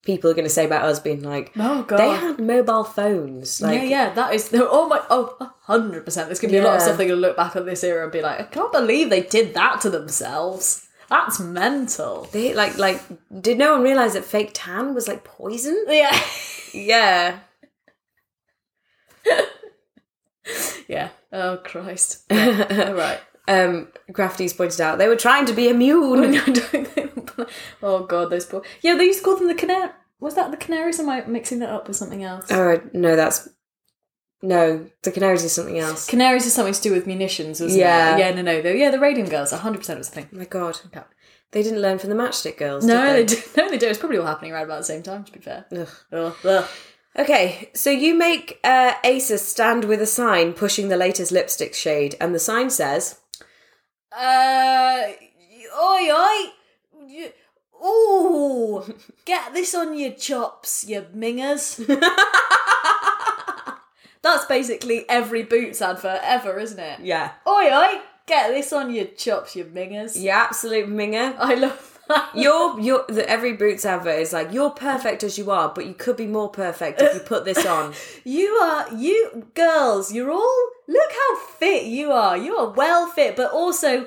S2: people are going to say about us being like,
S1: Oh, God.
S2: they had mobile phones. Like,
S1: yeah, yeah, that is. they're- Oh my, oh, 100%. There's going to be a lot of
S2: Yeah.
S1: stuff they're going to look back at this era and be like, I can't believe they did that to themselves. That's mental.
S2: They like like did no one realize that fake tan was like poison?
S1: Yeah.
S2: Yeah.
S1: Yeah. Oh Christ. Yeah. All right.
S2: Um, Grafty's pointed out they were trying to be immune.
S1: No, don't they? oh god, those poor. Yeah, they used to call them the canary. Was that the canaries? Am I mixing that up with something else?
S2: oh no, that's no. The canaries is something else.
S1: Canaries is something to do with munitions, wasn't
S2: Yeah.
S1: it? Yeah, no, no. Though, yeah, the Radium Girls, 100% was the thing.
S2: Oh my god, they didn't learn from the Matchstick Girls.
S1: No, they
S2: did
S1: do. No, they do. It's probably all happening around about the same time, to be fair.
S2: Ugh.
S1: Ugh, ugh.
S2: Okay, so you make uh, Asus stand with a sign pushing the latest lipstick shade, and the sign says,
S1: Uh, oi, oi. You- Ooh, get this on your chops, you mingers. That's basically every Boots advert ever, isn't it?
S2: "Yeah,
S1: Oi, oi, get this on your chops, you mingers.
S2: yeah, absolute minger."
S1: I love that.
S2: Your your the, every Boots advert is like, "You're perfect as you are, but you could be more perfect if you put this on."
S1: You are, you girls, you're all, look how fit you are. You are well fit, but also,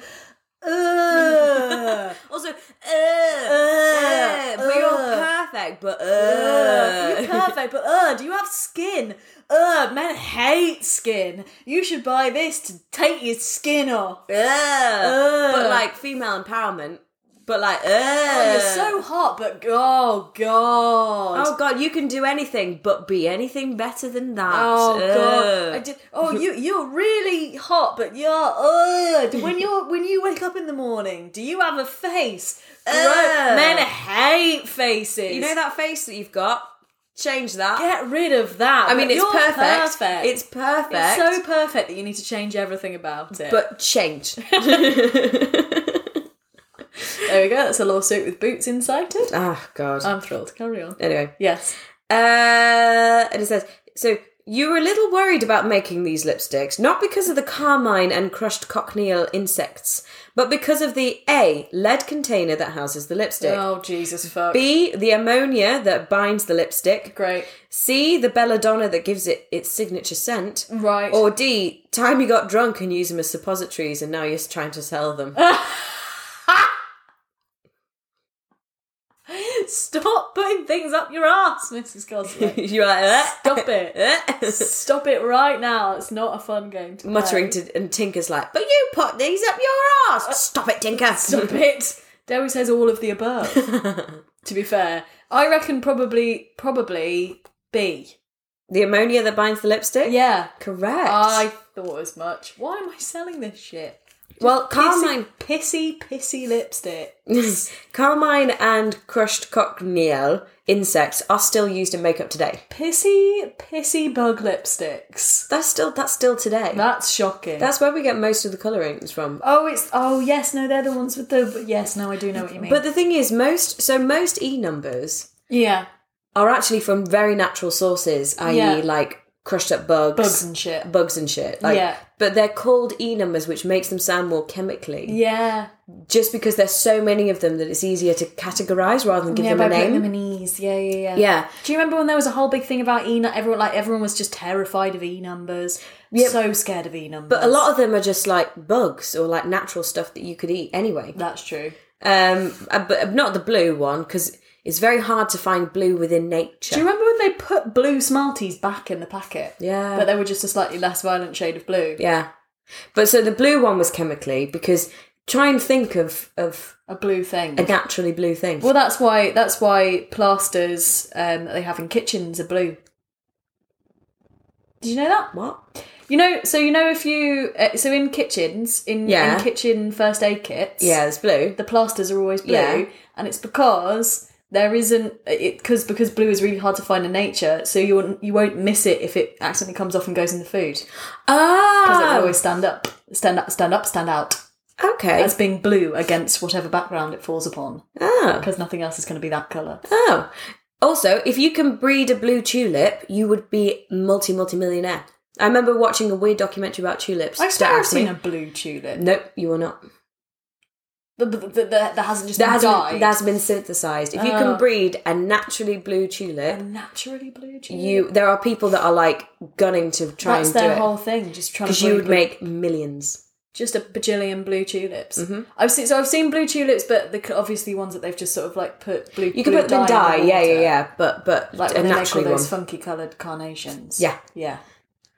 S1: uh,
S2: also, uh, uh, but you're
S1: uh.
S2: perfect, but
S1: uh,
S2: uh.
S1: you're perfect, but uh, do you have skin? Uh, men hate skin. You should buy this to take your skin off.
S2: Uh. but like female empowerment, but like uh.
S1: Oh, you're so hot, but oh god.
S2: Oh god, you can do anything but be anything better than that. Uh.
S1: Oh
S2: Ugh.
S1: god! I did, oh, you you're really hot, but you're ugh. when you're when you wake up in the morning, do you have a face? Gross.
S2: Ugh.
S1: Men hate faces.
S2: You know that face that you've got? Change that.
S1: Get rid of that.
S2: I mean,
S1: But
S2: it's
S1: you're
S2: perfect.
S1: perfect.
S2: It's perfect.
S1: It's so perfect that you need to change everything about it.
S2: but change.
S1: there we go. That's a lawsuit with boots incited.
S2: Ah, god.
S1: I'm thrilled. Carry on.
S2: anyway,
S1: Yes.
S2: uh, and it says so. You were a little worried about making these lipsticks, not because of the carmine and crushed cochineal insects, but because of the A, lead container that houses the lipstick,
S1: Oh Jesus fuck.
S2: B, the ammonia that binds the lipstick,
S1: Great.
S2: C, the belladonna that gives it its signature scent,
S1: Right.
S2: Or D, time you got drunk and used them as suppositories and now you're trying to sell them.
S1: Uh, Stop putting things up your ass, Mrs. Gosling.
S2: you're like, "Eh,
S1: Stop it.
S2: eh."
S1: Stop it right now. It's not a fun game to play.
S2: Muttering to, and Tinker's like, but you put these up your ass. Stop it, Tinker.
S1: Uh, Stop it. Dewey says all of the above. to be fair, I reckon probably probably B.
S2: The ammonia that binds the lipstick?
S1: Yeah, Ah,
S2: Correct.
S1: I thought as much. Why am I selling this shit?
S2: well, carmine,
S1: pissy, pissy lipstick.
S2: carmine and crushed cochineal insects are still used in makeup today.
S1: Pissy, pissy bug lipsticks.
S2: That's still that's still today.
S1: That's shocking.
S2: that's where we get most of the colorings from.
S1: oh, it's oh yes, no, they're the ones with the yes. No, I do know what you mean.
S2: But the thing is, most so most e numbers
S1: yeah,
S2: are actually from very natural sources, i.e.,
S1: Yeah.
S2: like crushed up bugs,
S1: bugs and shit.
S2: bugs and shit. Like,
S1: Yeah.
S2: But they're called E numbers, which makes them sound more chemically,
S1: Yeah,
S2: just because there's so many of them that it's easier to categorize rather than give
S1: yeah,
S2: them
S1: by
S2: a
S1: putting
S2: name.
S1: them in ease. Yeah, yeah, yeah.
S2: yeah.
S1: Do you remember when there was a whole big thing about e? nu- Everyone like everyone was just terrified of e numbers. So scared of e numbers.
S2: But a lot of them are just like bugs or like natural stuff that you could eat anyway.
S1: That's true.
S2: Um, uh, but not the blue one because it's very hard to find blue within nature.
S1: Do you remember when they put blue Smarties back in the packet?
S2: yeah.
S1: But they were just a slightly less violent shade of blue.
S2: yeah. But so the blue one was chemically because try and think of of
S1: A blue thing.
S2: a naturally blue thing.
S1: well, that's why that's why plasters um, that they have in kitchens are blue. Did you know that?
S2: What?
S1: You know, so you know if you uh, so in kitchens in,
S2: Yeah.
S1: in kitchen first aid kits,
S2: Yeah, it's blue.
S1: the plasters are always blue,
S2: Yeah. and
S1: and it's because there isn't it because because blue is really hard to find in nature, so you won't you won't miss it if it accidentally comes off and goes in the food. Because it will
S2: Oh,
S1: always stand up, stand up, stand up, stand out
S2: okay.
S1: as being blue against whatever background it falls upon,
S2: Oh,
S1: because nothing else is going to be that color.
S2: oh. Also, if you can breed a blue tulip, you would be multi multi millionaire. I remember watching a weird documentary about tulips.
S1: I
S2: Don't
S1: swear I've
S2: ask me.
S1: seen a blue tulip.
S2: Nope, you are not.
S1: The- the- the- the- That hasn't just
S2: That
S1: been
S2: hasn't,
S1: dyed.
S2: that has been synthesized. If you
S1: Oh.
S2: can breed a naturally blue tulip,
S1: a naturally blue tulip.
S2: you there are people that are like gunning to try
S1: That's
S2: and do
S1: their
S2: it
S1: whole thing, just trying
S2: because
S1: to
S2: you
S1: breed
S2: would
S1: blue-
S2: make millions.
S1: just a bajillion blue tulips.
S2: Mm-hmm.
S1: I've seen so I've seen blue tulips, but the c- obviously ones that they've just sort of like put blue.
S2: You could put them in dye, yeah, yeah, yeah. But but
S1: Like
S2: a
S1: when they make all
S2: naturally one.
S1: those funky coloured carnations.
S2: Yeah.
S1: yeah.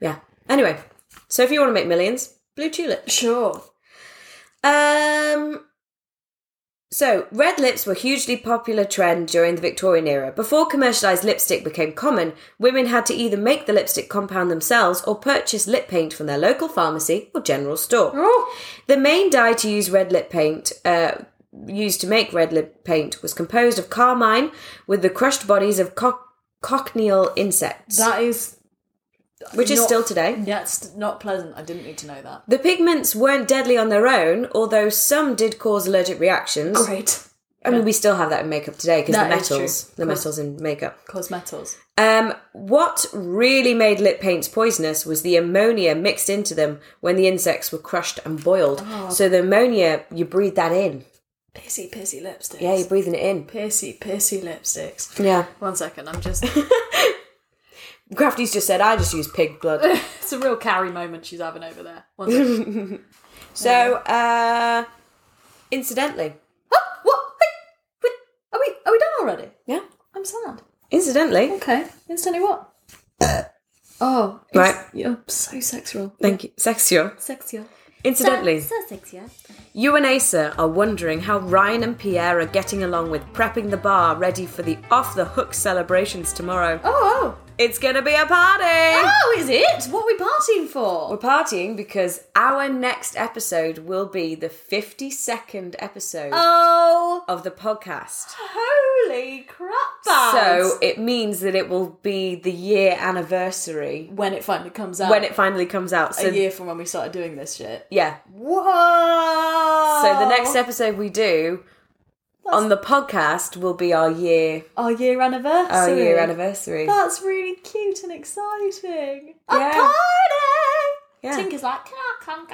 S2: Yeah. Anyway, So if you want to make millions, blue tulip.
S1: Sure.
S2: Um. So, red lips were a hugely popular trend during the Victorian era. Before commercialized lipstick became common, women had to either make the lipstick compound themselves or purchase lip paint from their local pharmacy or general store.
S1: Oh.
S2: The main dye to use red lip paint, uh, used to make red lip paint, was composed of carmine with the crushed bodies of co- cochineal insects,
S1: That is.
S2: which is
S1: not-
S2: still today.
S1: Yeah, it's not pleasant. I didn't need to know that.
S2: The pigments weren't deadly on their own, although some did cause allergic reactions.
S1: Great.
S2: I mean, we still have that in makeup today because the
S1: That is true.
S2: metals, the
S1: Cool.
S2: metals in makeup.
S1: Cause metals.
S2: Um, what really made lip paints poisonous was the ammonia mixed into them when the insects were crushed and boiled.
S1: Oh.
S2: So the ammonia, you breathe that in.
S1: Pissy, pissy lipsticks.
S2: Yeah, you're breathing it in.
S1: Pissy, pissy lipsticks.
S2: Yeah.
S1: One second, I'm just.
S2: Crafty's just said, I just use pig blood.
S1: it's a real carry moment she's having over there. One second.
S2: so, uh, incidentally.
S1: oh, what? Hey, wait, are we are we done already?
S2: Yeah.
S1: I'm sad.
S2: Incidentally.
S1: Okay. Instantly what? oh. it's-
S2: Right.
S1: You're so sexual.
S2: Thank you. Sexual.
S1: Sexier.
S2: Incidentally.
S1: So, so sexier.
S2: You and Asa are wondering how Ryan and Pierre are getting along with prepping the bar ready for the off the hook celebrations tomorrow.
S1: Oh, oh.
S2: It's gonna be a party!
S1: Oh, is it? What are we partying for?
S2: We're partying because our next episode will be the 52nd episode
S1: Oh,
S2: of the podcast.
S1: holy crap.
S2: So it means that it will be the year anniversary
S1: when it finally comes out.
S2: when it finally comes out. So,
S1: Oh. a year from when we started doing this shit.
S2: yeah.
S1: Whoa!
S2: So the next episode we do on the podcast will be our year
S1: our year anniversary.
S2: our year anniversary.
S1: That's really cute and exciting. A
S2: Yeah.
S1: party!
S2: Yeah.
S1: Tinker's like, can I come,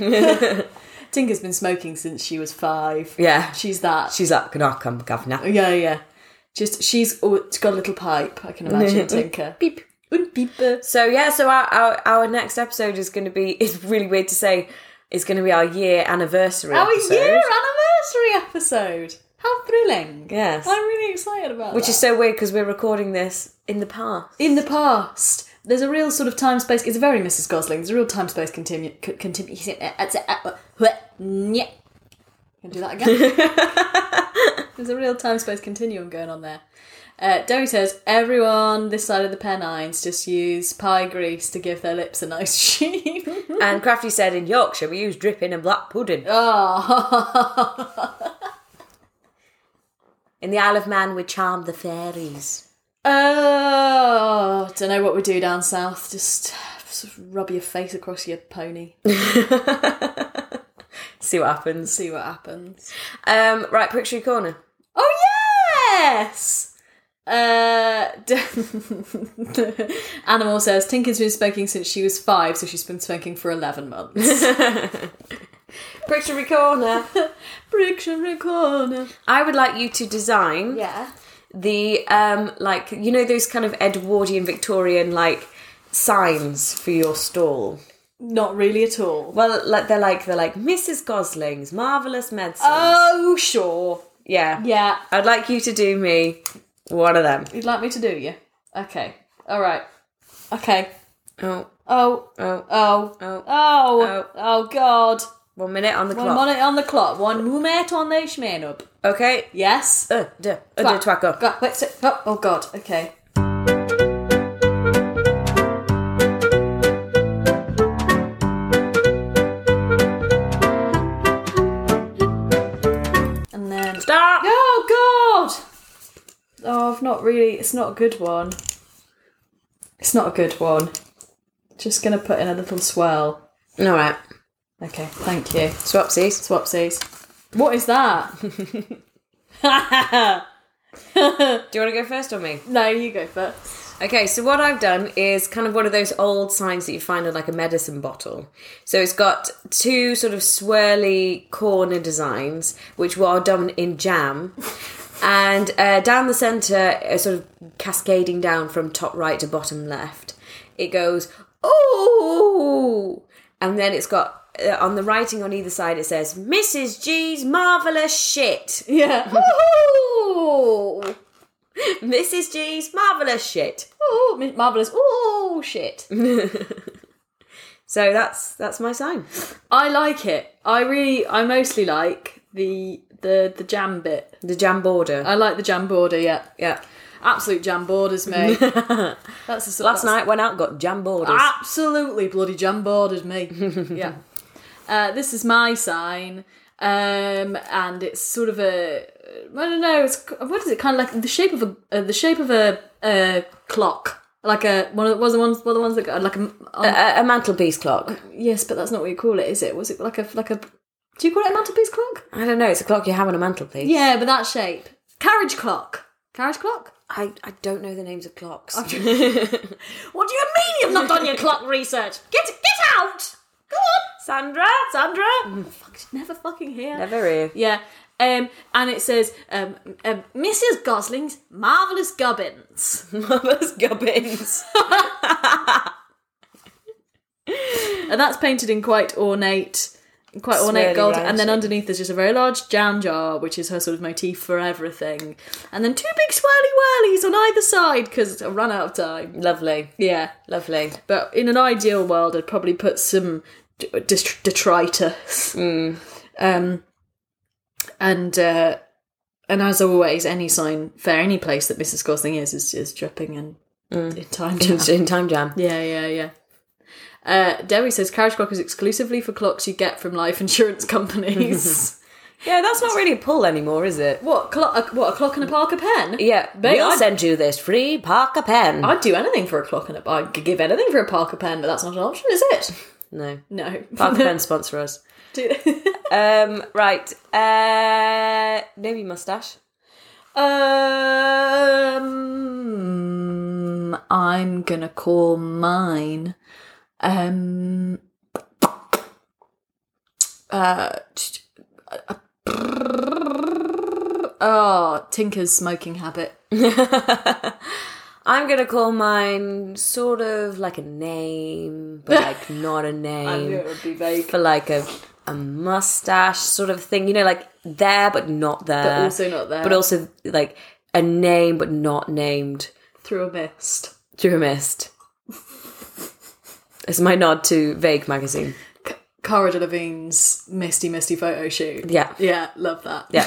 S1: governor? No. Tinker's been smoking since she was five.
S2: Yeah.
S1: She's that.
S2: She's like, can I come, um, governor?
S1: yeah, yeah. Just she's oh, she's got a little pipe. I can imagine Tinker.
S2: Beep.
S1: Un pieper.
S2: So yeah, so our, our our next episode is going to be. It's really weird to say. It's going to be our year anniversary.
S1: Our
S2: episode,
S1: year anniversary episode. How thrilling!
S2: Yes.
S1: I'm really excited about
S2: which
S1: that.
S2: is so weird because we're recording this in the past.
S1: in the past. There's a real sort of time space. It's very Mrs. Gosling. There's a real time space continue. co- continue. uh, Yeah. Can do that again. There's a real time space continuum going on there. Uh, Derry says everyone this side of the Pennines just use pie grease to give their lips a nice sheen.
S2: and Crafty said in Yorkshire we use dripping and black pudding.
S1: oh.
S2: In the Isle of Man we charm the fairies.
S1: oh, don't know what we do down south. Just sort of rub your face across your pony.
S2: See what happens.
S1: See what happens.
S2: Um, right, picture corner.
S1: Oh yes. Uh, d- Animal says Tinker's been smoking since she was five, so she's been smoking for eleven months.
S2: Picture corner.
S1: Picture corner.
S2: I would like you to design
S1: Yeah.
S2: the um like you know those kind of Edwardian Victorian like signs for your stall.
S1: Not really at all.
S2: Well, like they're like they're like Mrs. Gosling's marvelous medicine.
S1: Oh sure.
S2: yeah,
S1: Yeah.
S2: I'd like you to do me one of them.
S1: You'd like me to do you? Okay. All right. Okay.
S2: Oh,
S1: Oh.
S2: oh,
S1: Oh.
S2: Oh.
S1: Oh. Oh. God.
S2: one minute on the
S1: One
S2: clock.
S1: minute on the clock. One minute on the schman up.
S2: okay.
S1: Yes.
S2: Uh, duh, uh, duh, twack up.
S1: God, wait, so, oh, oh God. Okay. And then.
S2: Stop.
S1: Oh God. Oh, I've not really. It's not a good one. It's not a good one. Just gonna put in a little swirl.
S2: All right,
S1: Okay. Thank you.
S2: swapsies.
S1: Swapsies. What is that?
S2: Do you want to go first or me?
S1: no, you go first.
S2: Okay, so what I've done is kind of one of those old signs that you find on like a medicine bottle. So it's got two sort of swirly corner designs, which were done in jam. And uh, down the centre, uh, sort of cascading down from top right to bottom left, it goes, oh! And then it's got, uh, on the writing on either side, it says, Mrs. G's marvellous shit.
S1: Yeah. Ooh.
S2: Mrs. G's marvellous shit.
S1: Ooh, marvelous. Ooh, shit.
S2: So that's that's my sign.
S1: I like it. I really, I mostly like the the the jam bit.
S2: The jam border.
S1: I like the jam border. Yeah,
S2: yeah.
S1: absolute jam borders, mate. that's a, s-
S2: Last
S1: that's-
S2: night went out got jam borders.
S1: Absolutely bloody jam bordered me. yeah. Uh, this is my sign, um, and it's sort of a I don't know. It's what is it? Kind of like the shape of a uh, the shape of a uh, clock, like a one of the, was the ones one of the ones that got like a on-
S2: A, a mantelpiece clock.
S1: yes, but that's not what you call it, is it? Was it like a like a do you call it a mantelpiece clock?
S2: I don't know. It's a clock you have on a mantelpiece.
S1: Yeah, but that shape carriage clock. Carriage clock?
S2: I, I don't know the names of clocks.
S1: What do you mean you've not done your clock research? Get get out! Go on,
S2: Sandra,
S1: Sandra.
S2: Mm,
S1: Fuck, she's never fucking here.
S2: Never here.
S1: Yeah. Um, and it says, um, um, Mrs. Gosling's Marvellous Gubbins.
S2: Mother's gubbins.
S1: And that's painted in quite ornate, quite
S2: really
S1: ornate gold. And then
S2: romantic.
S1: underneath there's just a very large jam jar, which is her sort of motif for everything. And then two big swirly whirlies on either side because I ran out of time.
S2: Lovely.
S1: Yeah.
S2: Lovely.
S1: But in an ideal world, I'd probably put some d- dest- detritus. Um, and uh, and as always, any sign fair, any place that Mrs. Gosling is is, is dripping in, in time. jam.
S2: In time jam.
S1: yeah, yeah, yeah. Uh, Debbie says carriage clock is exclusively for clocks you get from life insurance companies.
S2: Yeah, that's not really a pull anymore, is it?
S1: what clock? A, what a clock and a Parker pen?
S2: Yeah,
S1: Mate,
S2: we'll
S1: I'd-
S2: send you this free Parker pen.
S1: I'd do anything for a clock and a. I'd give anything for a Parker pen, but that's not an option, is it?
S2: no,
S1: No.
S2: Parker pen sponsor us.
S1: Do-
S2: Um, right, uh, navy mustache.
S1: Um, I'm gonna call mine. Um, uh, t- oh, Tinker's smoking habit.
S2: I'm gonna call mine sort of like a name, but like not a name.
S1: would be vague,
S2: For like a a mustache sort of thing, you know, like there but not there,
S1: but also not there.
S2: but also like a name but not named.
S1: through a mist.
S2: Through a mist. It's my nod to Vague magazine.
S1: C- Cara Delevingne's misty, misty photo shoot.
S2: Yeah.
S1: yeah, love that.
S2: Yeah.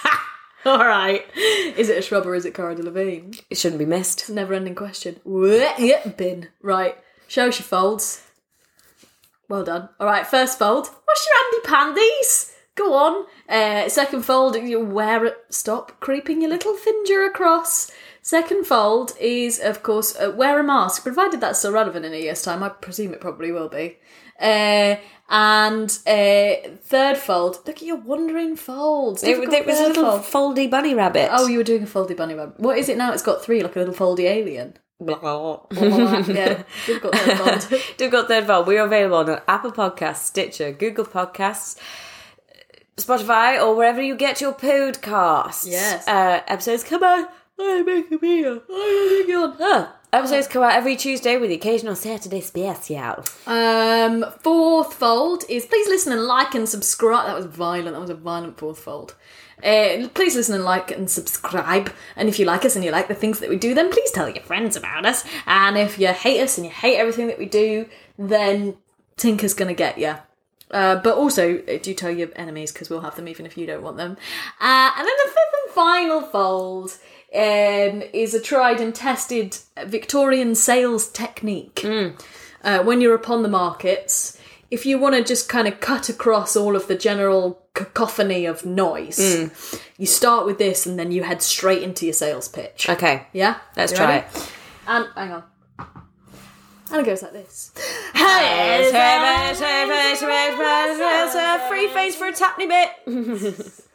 S1: All right, is it a shrub or is it Cara Delevingne?
S2: It shouldn't be missed.
S1: Never ending question. Yeah, bin. Right. Show us your folds. Well done. All right, first fold. Wash your handy pandies. Go on. Uh, second fold, you wear it. Stop creeping your little finger across. Second fold is, of course, uh, wear a mask, provided that's still relevant in a year's time. I presume it probably will be. Uh, and uh, third fold, look at your wandering folds.
S2: It,
S1: Difficult
S2: it was a
S1: third
S2: little
S1: fold.
S2: foldy bunny rabbit.
S1: Oh, you were doing a foldy bunny web. What is it now? It's got three, like a little foldy alien.
S2: Blah.
S1: yeah, you've got that fold.
S2: Difficult Third Vault. We're available on Apple Podcasts, Stitcher, Google Podcasts, Spotify, or wherever you get your podcasts.
S1: Yes.
S2: Uh, episodes come out. I make a meal. I make a meal. Huh. Episodes come out every Tuesday with the occasional Saturday special.
S1: Um, fourth fold is please listen and like and subscribe. That was violent. That was a violent fourth fold. Uh, please listen and like and subscribe. And if you like us and you like the things that we do, then please tell your friends about us. And if you hate us and you hate everything that we do, then Tinker's gonna get you. Uh, but also, uh, do tell your enemies because we'll have them even if you don't want them. Uh, and then the fifth and final fold um, is a tried and tested Victorian sales technique
S2: Hmm.
S1: uh, when you're upon the markets, if you want to just kind of cut across all of the general cacophony of noise,
S2: Hmm.
S1: you start with this and then you head straight into your sales pitch.
S2: Okay.
S1: Yeah?
S2: Let's
S1: You
S2: try
S1: ready?
S2: it.
S1: And hang on. And it goes like this.
S2: Free face for a tapney bit.